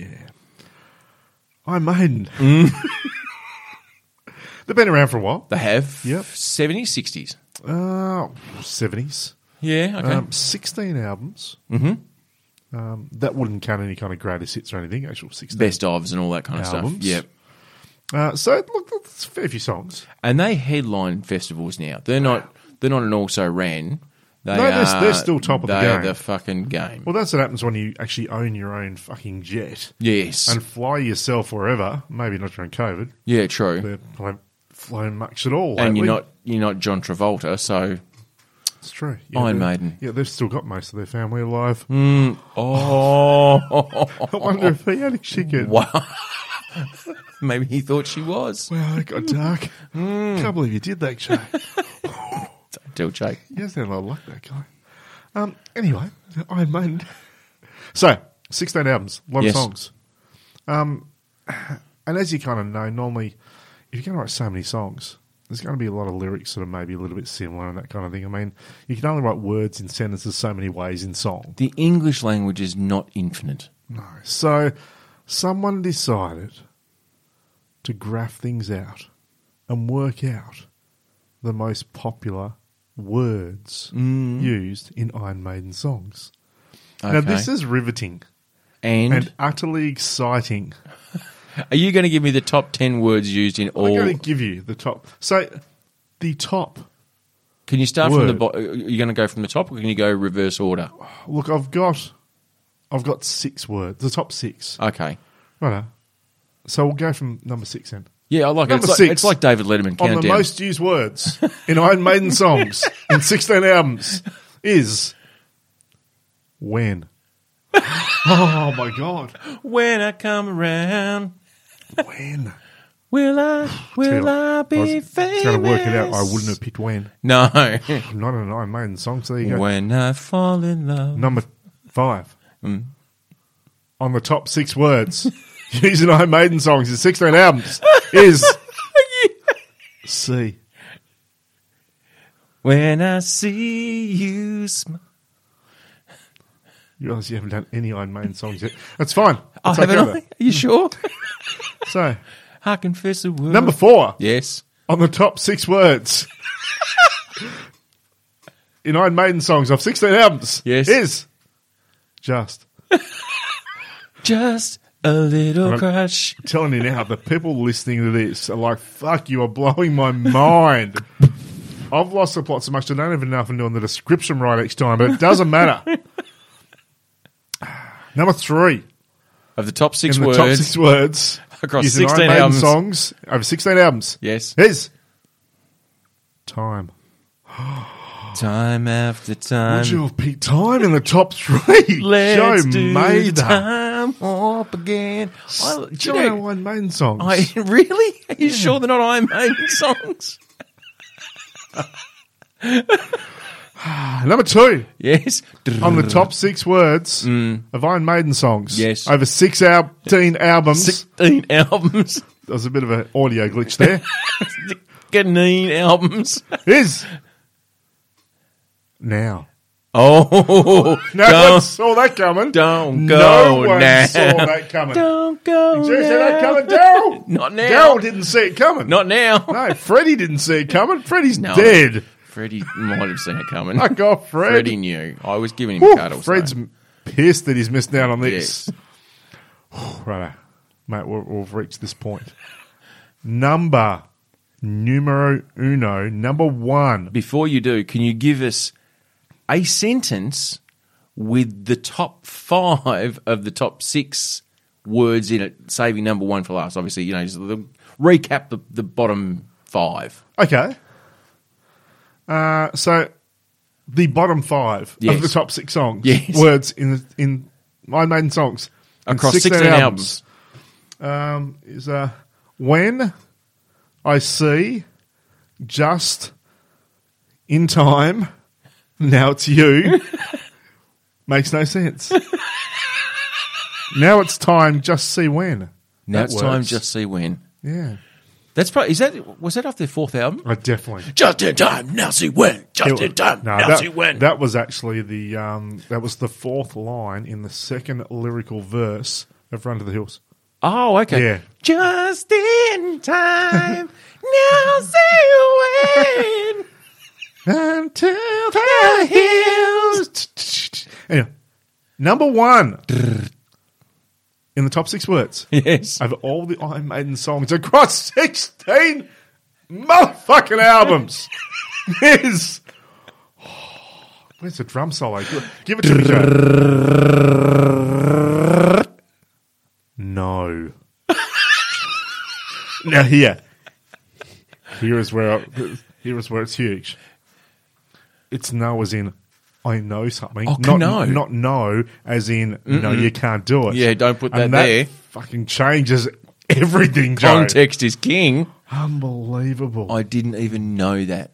[SPEAKER 2] Iron Maiden.
[SPEAKER 1] Mm.
[SPEAKER 2] They've been around for a while.
[SPEAKER 1] They have
[SPEAKER 2] Yep.
[SPEAKER 1] 70s, 60s.
[SPEAKER 2] Uh, 70s.
[SPEAKER 1] Yeah, okay.
[SPEAKER 2] Um, 16 albums. Mm-hmm. Um, that wouldn't count any kind of greatest hits or anything, actual 16.
[SPEAKER 1] Best ofs and all that kind of stuff.
[SPEAKER 2] Albums.
[SPEAKER 1] Yep.
[SPEAKER 2] Uh, so look, look, there's a fair few songs.
[SPEAKER 1] And they headline festivals now. They're not they're not an also ran. They
[SPEAKER 2] No, they're-
[SPEAKER 1] are-
[SPEAKER 2] they're still top of the
[SPEAKER 1] They are
[SPEAKER 2] game.
[SPEAKER 1] the fucking game.
[SPEAKER 2] Well, that's what happens when you actually own your own fucking jet
[SPEAKER 1] yes.
[SPEAKER 2] and fly yourself wherever. Maybe not during COVID.
[SPEAKER 1] yeah, true.
[SPEAKER 2] But I haven't flown much at all.
[SPEAKER 1] and you're
[SPEAKER 2] lately.
[SPEAKER 1] not you're not John Travolta, so
[SPEAKER 2] It's true.
[SPEAKER 1] Iron
[SPEAKER 2] they're-
[SPEAKER 1] Maiden. Mm.
[SPEAKER 2] Yeah, they've still got most of their family alive.
[SPEAKER 1] oh
[SPEAKER 2] I wonder if he had a chicken.
[SPEAKER 1] wow. Maybe he thought she was.
[SPEAKER 2] Wow, it got dark.
[SPEAKER 1] Mm.
[SPEAKER 2] Can't believe you did that, Jay.
[SPEAKER 1] Still Jake.
[SPEAKER 2] you don't sound a lot like that guy. Um, anyway, Iron Maiden. So, 16 albums, a lot
[SPEAKER 1] Yes.
[SPEAKER 2] of songs. Um, and as you kind of know, normally, if you're going to write so many songs, there's going to be a lot of lyrics that are maybe a little bit similar and that kind of thing. I mean, you can only write words in sentences so many ways in song.
[SPEAKER 1] The English language is not infinite.
[SPEAKER 2] No. So, someone decided to graph things out and work out the most popular words used in Iron Maiden songs. Now,
[SPEAKER 1] Okay. Mm.
[SPEAKER 2] this is riveting
[SPEAKER 1] And,
[SPEAKER 2] and utterly exciting.
[SPEAKER 1] are you going to give me the top 10 words used in
[SPEAKER 2] I'm
[SPEAKER 1] all?
[SPEAKER 2] going to give you the top. So, the top.
[SPEAKER 1] Can you start from the
[SPEAKER 2] Word.
[SPEAKER 1] bottom? Are you going to go from the top or can you go reverse order?
[SPEAKER 2] Look, I've got, I've got six words. The top six.
[SPEAKER 1] Okay.
[SPEAKER 2] Right. So we'll go from number six then.
[SPEAKER 1] Yeah, I like it.
[SPEAKER 2] Number
[SPEAKER 1] It's like,
[SPEAKER 2] six.
[SPEAKER 1] it's like David Letterman
[SPEAKER 2] On
[SPEAKER 1] countdown.
[SPEAKER 2] the most used words in Iron Maiden songs in 16 albums is when. Oh my god.
[SPEAKER 1] when I come around,
[SPEAKER 2] When.
[SPEAKER 1] will I will I
[SPEAKER 2] I was
[SPEAKER 1] be famous?
[SPEAKER 2] trying to work it out. I wouldn't have picked when.
[SPEAKER 1] No.
[SPEAKER 2] I'm not an Iron Maiden song, so there you go.
[SPEAKER 1] when I fall in love.
[SPEAKER 2] Number five.
[SPEAKER 1] Mm.
[SPEAKER 2] On the top six words used in Iron Maiden songs in 16 albums is C.
[SPEAKER 1] When I see you smile.
[SPEAKER 2] You realize you haven't done any Iron Maiden songs yet. That's fine.
[SPEAKER 1] Oh,
[SPEAKER 2] It's
[SPEAKER 1] haven't
[SPEAKER 2] okay
[SPEAKER 1] I? Are
[SPEAKER 2] though.
[SPEAKER 1] you sure?
[SPEAKER 2] So,
[SPEAKER 1] I confess the word.
[SPEAKER 2] number four
[SPEAKER 1] Yes.
[SPEAKER 2] on the top six words in Iron Maiden songs of 16 albums
[SPEAKER 1] Yes.
[SPEAKER 2] is just.
[SPEAKER 1] Just a little
[SPEAKER 2] Right.
[SPEAKER 1] crush.
[SPEAKER 2] I'm telling you now, the people listening to this are like, fuck, you are blowing my mind. I've lost the plot so much, I don't even know if I'm doing the description right each time, but it doesn't matter. Number three.
[SPEAKER 1] Of the top six
[SPEAKER 2] in the
[SPEAKER 1] words.
[SPEAKER 2] top six words
[SPEAKER 1] Across
[SPEAKER 2] used in
[SPEAKER 1] 16
[SPEAKER 2] Iron Maiden
[SPEAKER 1] albums.
[SPEAKER 2] songs over sixteen albums.
[SPEAKER 1] Yes.
[SPEAKER 2] is time.
[SPEAKER 1] Time after time.
[SPEAKER 2] Would you have picked time in the top three?
[SPEAKER 1] Let's
[SPEAKER 2] Joe
[SPEAKER 1] do
[SPEAKER 2] Maida.
[SPEAKER 1] time up again. I, do you
[SPEAKER 2] Joe
[SPEAKER 1] know-
[SPEAKER 2] Iron Maiden songs.
[SPEAKER 1] I really? Are you sure they're not Iron Maiden songs?
[SPEAKER 2] Ah, Number two
[SPEAKER 1] Yes.
[SPEAKER 2] on the top six words of Iron Maiden songs.
[SPEAKER 1] Mm. Yes.
[SPEAKER 2] over six al- teen albums.
[SPEAKER 1] 16 albums.
[SPEAKER 2] There was a bit of an audio glitch there.
[SPEAKER 1] 16 albums.
[SPEAKER 2] is now.
[SPEAKER 1] Oh.
[SPEAKER 2] No one
[SPEAKER 1] don't,
[SPEAKER 2] saw that coming.
[SPEAKER 1] don't
[SPEAKER 2] no
[SPEAKER 1] go
[SPEAKER 2] one
[SPEAKER 1] now.
[SPEAKER 2] saw that coming.
[SPEAKER 1] Don't go
[SPEAKER 2] Did you see
[SPEAKER 1] now.
[SPEAKER 2] that coming, Daryl?
[SPEAKER 1] Not now.
[SPEAKER 2] Daryl didn't see it coming.
[SPEAKER 1] Not now.
[SPEAKER 2] No, Freddie didn't see it coming. Freddie's
[SPEAKER 1] No.
[SPEAKER 2] dead.
[SPEAKER 1] Freddie might have seen it coming.
[SPEAKER 2] Fuck off, Fred.
[SPEAKER 1] Freddie knew. I was giving him
[SPEAKER 2] Woo,
[SPEAKER 1] cuddles.
[SPEAKER 2] Fred's
[SPEAKER 1] though.
[SPEAKER 2] pissed that he's missed out on this.
[SPEAKER 1] Yes.
[SPEAKER 2] Right, mate, we're, we've reached this point. Number numero uno, number one.
[SPEAKER 1] Before you do, can you give us a sentence with the top five of the top six words in it, saving number one for last? Obviously, you know, just the, recap the, the bottom five.
[SPEAKER 2] Okay. Uh, so the bottom five
[SPEAKER 1] Yes.
[SPEAKER 2] of the top six songs,
[SPEAKER 1] Yes.
[SPEAKER 2] words in the, in Iron Maiden songs in
[SPEAKER 1] Across 16, albums.
[SPEAKER 2] um, is uh, when I see just in time. Now it's you. Makes no sense. now it's time. Just see when.
[SPEAKER 1] Now
[SPEAKER 2] That
[SPEAKER 1] it's time
[SPEAKER 2] works.
[SPEAKER 1] just see when.
[SPEAKER 2] yeah.
[SPEAKER 1] That's probably is that was that off their fourth album?
[SPEAKER 2] I definitely.
[SPEAKER 1] Just in time, now see when. Just in time,
[SPEAKER 2] No,
[SPEAKER 1] now
[SPEAKER 2] that,
[SPEAKER 1] see when.
[SPEAKER 2] that was actually the um, that was the fourth line in the second lyrical verse of Run to the Hills.
[SPEAKER 1] Oh, okay.
[SPEAKER 2] Yeah.
[SPEAKER 1] Just in time. now see when.
[SPEAKER 2] Until the hills. Anyway, number one in the top six words
[SPEAKER 1] Yes.
[SPEAKER 2] of all the Iron Maiden songs across 16 motherfucking albums is. Where's the drum solo? Give it to me, Joe. No. now here, here is where here is where it's huge. It's no as in I know something.
[SPEAKER 1] Oh,
[SPEAKER 2] not
[SPEAKER 1] no.
[SPEAKER 2] not no as in no you can't do it.
[SPEAKER 1] Yeah, don't put
[SPEAKER 2] And
[SPEAKER 1] that there.
[SPEAKER 2] Fucking changes everything, Joe.
[SPEAKER 1] Context is king.
[SPEAKER 2] Unbelievable.
[SPEAKER 1] I didn't even know that.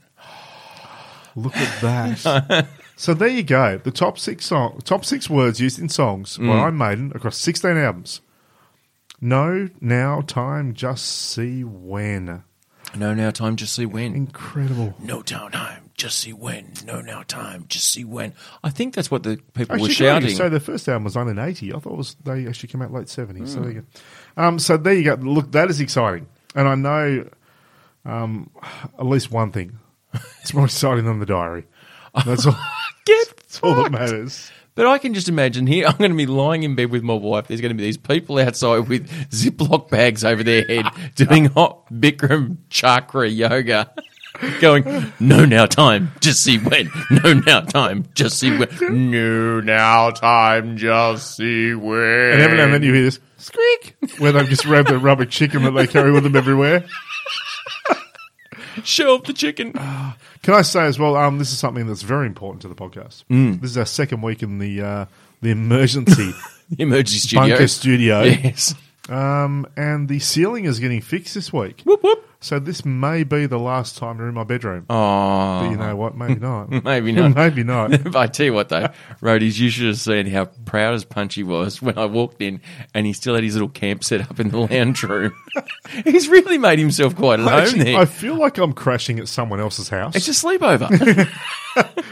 [SPEAKER 2] Look at that. so there you go. The top six song, top six words used in songs by
[SPEAKER 1] Mm.
[SPEAKER 2] Iron Maiden across sixteen albums. No, now, time, just see when.
[SPEAKER 1] No now time, just see when.
[SPEAKER 2] Incredible.
[SPEAKER 1] No now time, just see when. No now time, just see when. Oh, I think that's what the people
[SPEAKER 2] Actually,
[SPEAKER 1] were
[SPEAKER 2] can I just
[SPEAKER 1] shouting.
[SPEAKER 2] say the first album was 1980. I thought it was they actually came
[SPEAKER 1] Mm.
[SPEAKER 2] out late 70s. So there you go. Um, so there you go. Look, that is exciting, and I know um, at least one thing. It's more exciting than the diary. That's all.
[SPEAKER 1] Get
[SPEAKER 2] That's all that
[SPEAKER 1] fucked.
[SPEAKER 2] matters.
[SPEAKER 1] But I can just imagine here, I'm going to be lying in bed with my wife. There's going to be these people outside with Ziploc bags over their head doing hot Bikram chakra yoga. Going, no now time, just see when. No now time, just see when. No now time, just see when.
[SPEAKER 2] And every now and then you hear this squeak where they've just grabbed the rubber chicken that they carry with them everywhere.
[SPEAKER 1] Show off the chicken.
[SPEAKER 2] Ah. Can I say as well? Um, this is something that's very important to the podcast. Mm. This is our second week in the uh, the emergency
[SPEAKER 1] Emergency studio.
[SPEAKER 2] bunker studio,
[SPEAKER 1] Yes.
[SPEAKER 2] um, and the ceiling is getting fixed this week.
[SPEAKER 1] Whoop whoop.
[SPEAKER 2] So this may be the last time you're in my bedroom.
[SPEAKER 1] Oh,
[SPEAKER 2] But you know what? Maybe not.
[SPEAKER 1] maybe not.
[SPEAKER 2] Maybe not.
[SPEAKER 1] But I tell you what, though, Roadies, you should have seen how proud as Punchy was when I walked in and he still had his little camp set up in the lounge room. He's really made himself quite at home
[SPEAKER 2] Actually,
[SPEAKER 1] there.
[SPEAKER 2] I feel like I'm crashing at someone else's house.
[SPEAKER 1] it's a sleepover.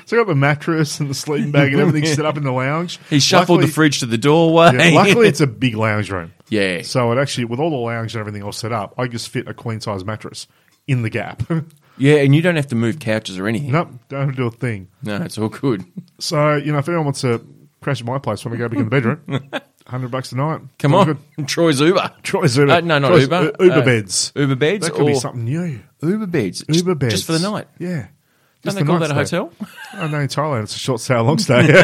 [SPEAKER 2] so I got the mattress and the sleeping bag and everything set up in the lounge.
[SPEAKER 1] He shuffled
[SPEAKER 2] Luckily-
[SPEAKER 1] the fridge to the doorway.
[SPEAKER 2] Yeah, luckily, it's a big lounge room.
[SPEAKER 1] Yeah.
[SPEAKER 2] So it actually, with all the lounge and everything all set up, I just fit a queen size mattress in the gap.
[SPEAKER 1] Yeah, and you don't have to move couches or anything.
[SPEAKER 2] nope, don't have to do a thing.
[SPEAKER 1] No, it's all good.
[SPEAKER 2] So you know, if anyone wants to crash at my place when we go back in the bedroom, hundred bucks a night.
[SPEAKER 1] Come
[SPEAKER 2] All
[SPEAKER 1] on,
[SPEAKER 2] good.
[SPEAKER 1] Troy's Uber.
[SPEAKER 2] Troy's Uber.
[SPEAKER 1] Uh, no, not
[SPEAKER 2] Troy's
[SPEAKER 1] Uber.
[SPEAKER 2] U- Uber
[SPEAKER 1] Uh,
[SPEAKER 2] beds.
[SPEAKER 1] Uber beds
[SPEAKER 2] That could be
[SPEAKER 1] or-
[SPEAKER 2] something new.
[SPEAKER 1] Uber beds. Just-
[SPEAKER 2] Uber beds
[SPEAKER 1] Just for the night.
[SPEAKER 2] Yeah.
[SPEAKER 1] Don't
[SPEAKER 2] Just
[SPEAKER 1] they
[SPEAKER 2] the
[SPEAKER 1] call
[SPEAKER 2] night
[SPEAKER 1] that a
[SPEAKER 2] stay.
[SPEAKER 1] hotel?
[SPEAKER 2] Oh, no, in Thailand, it's a short stay, a long stay.
[SPEAKER 1] and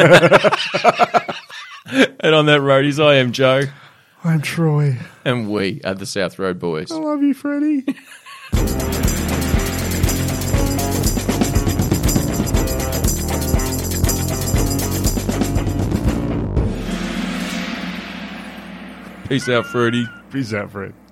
[SPEAKER 1] on that, Roadies, I am Joe,
[SPEAKER 2] I'm Troy.
[SPEAKER 1] and we are the South Road Boys.
[SPEAKER 2] I love you, Freddie.
[SPEAKER 1] Peace out, Freddie.
[SPEAKER 2] Peace out, Fred.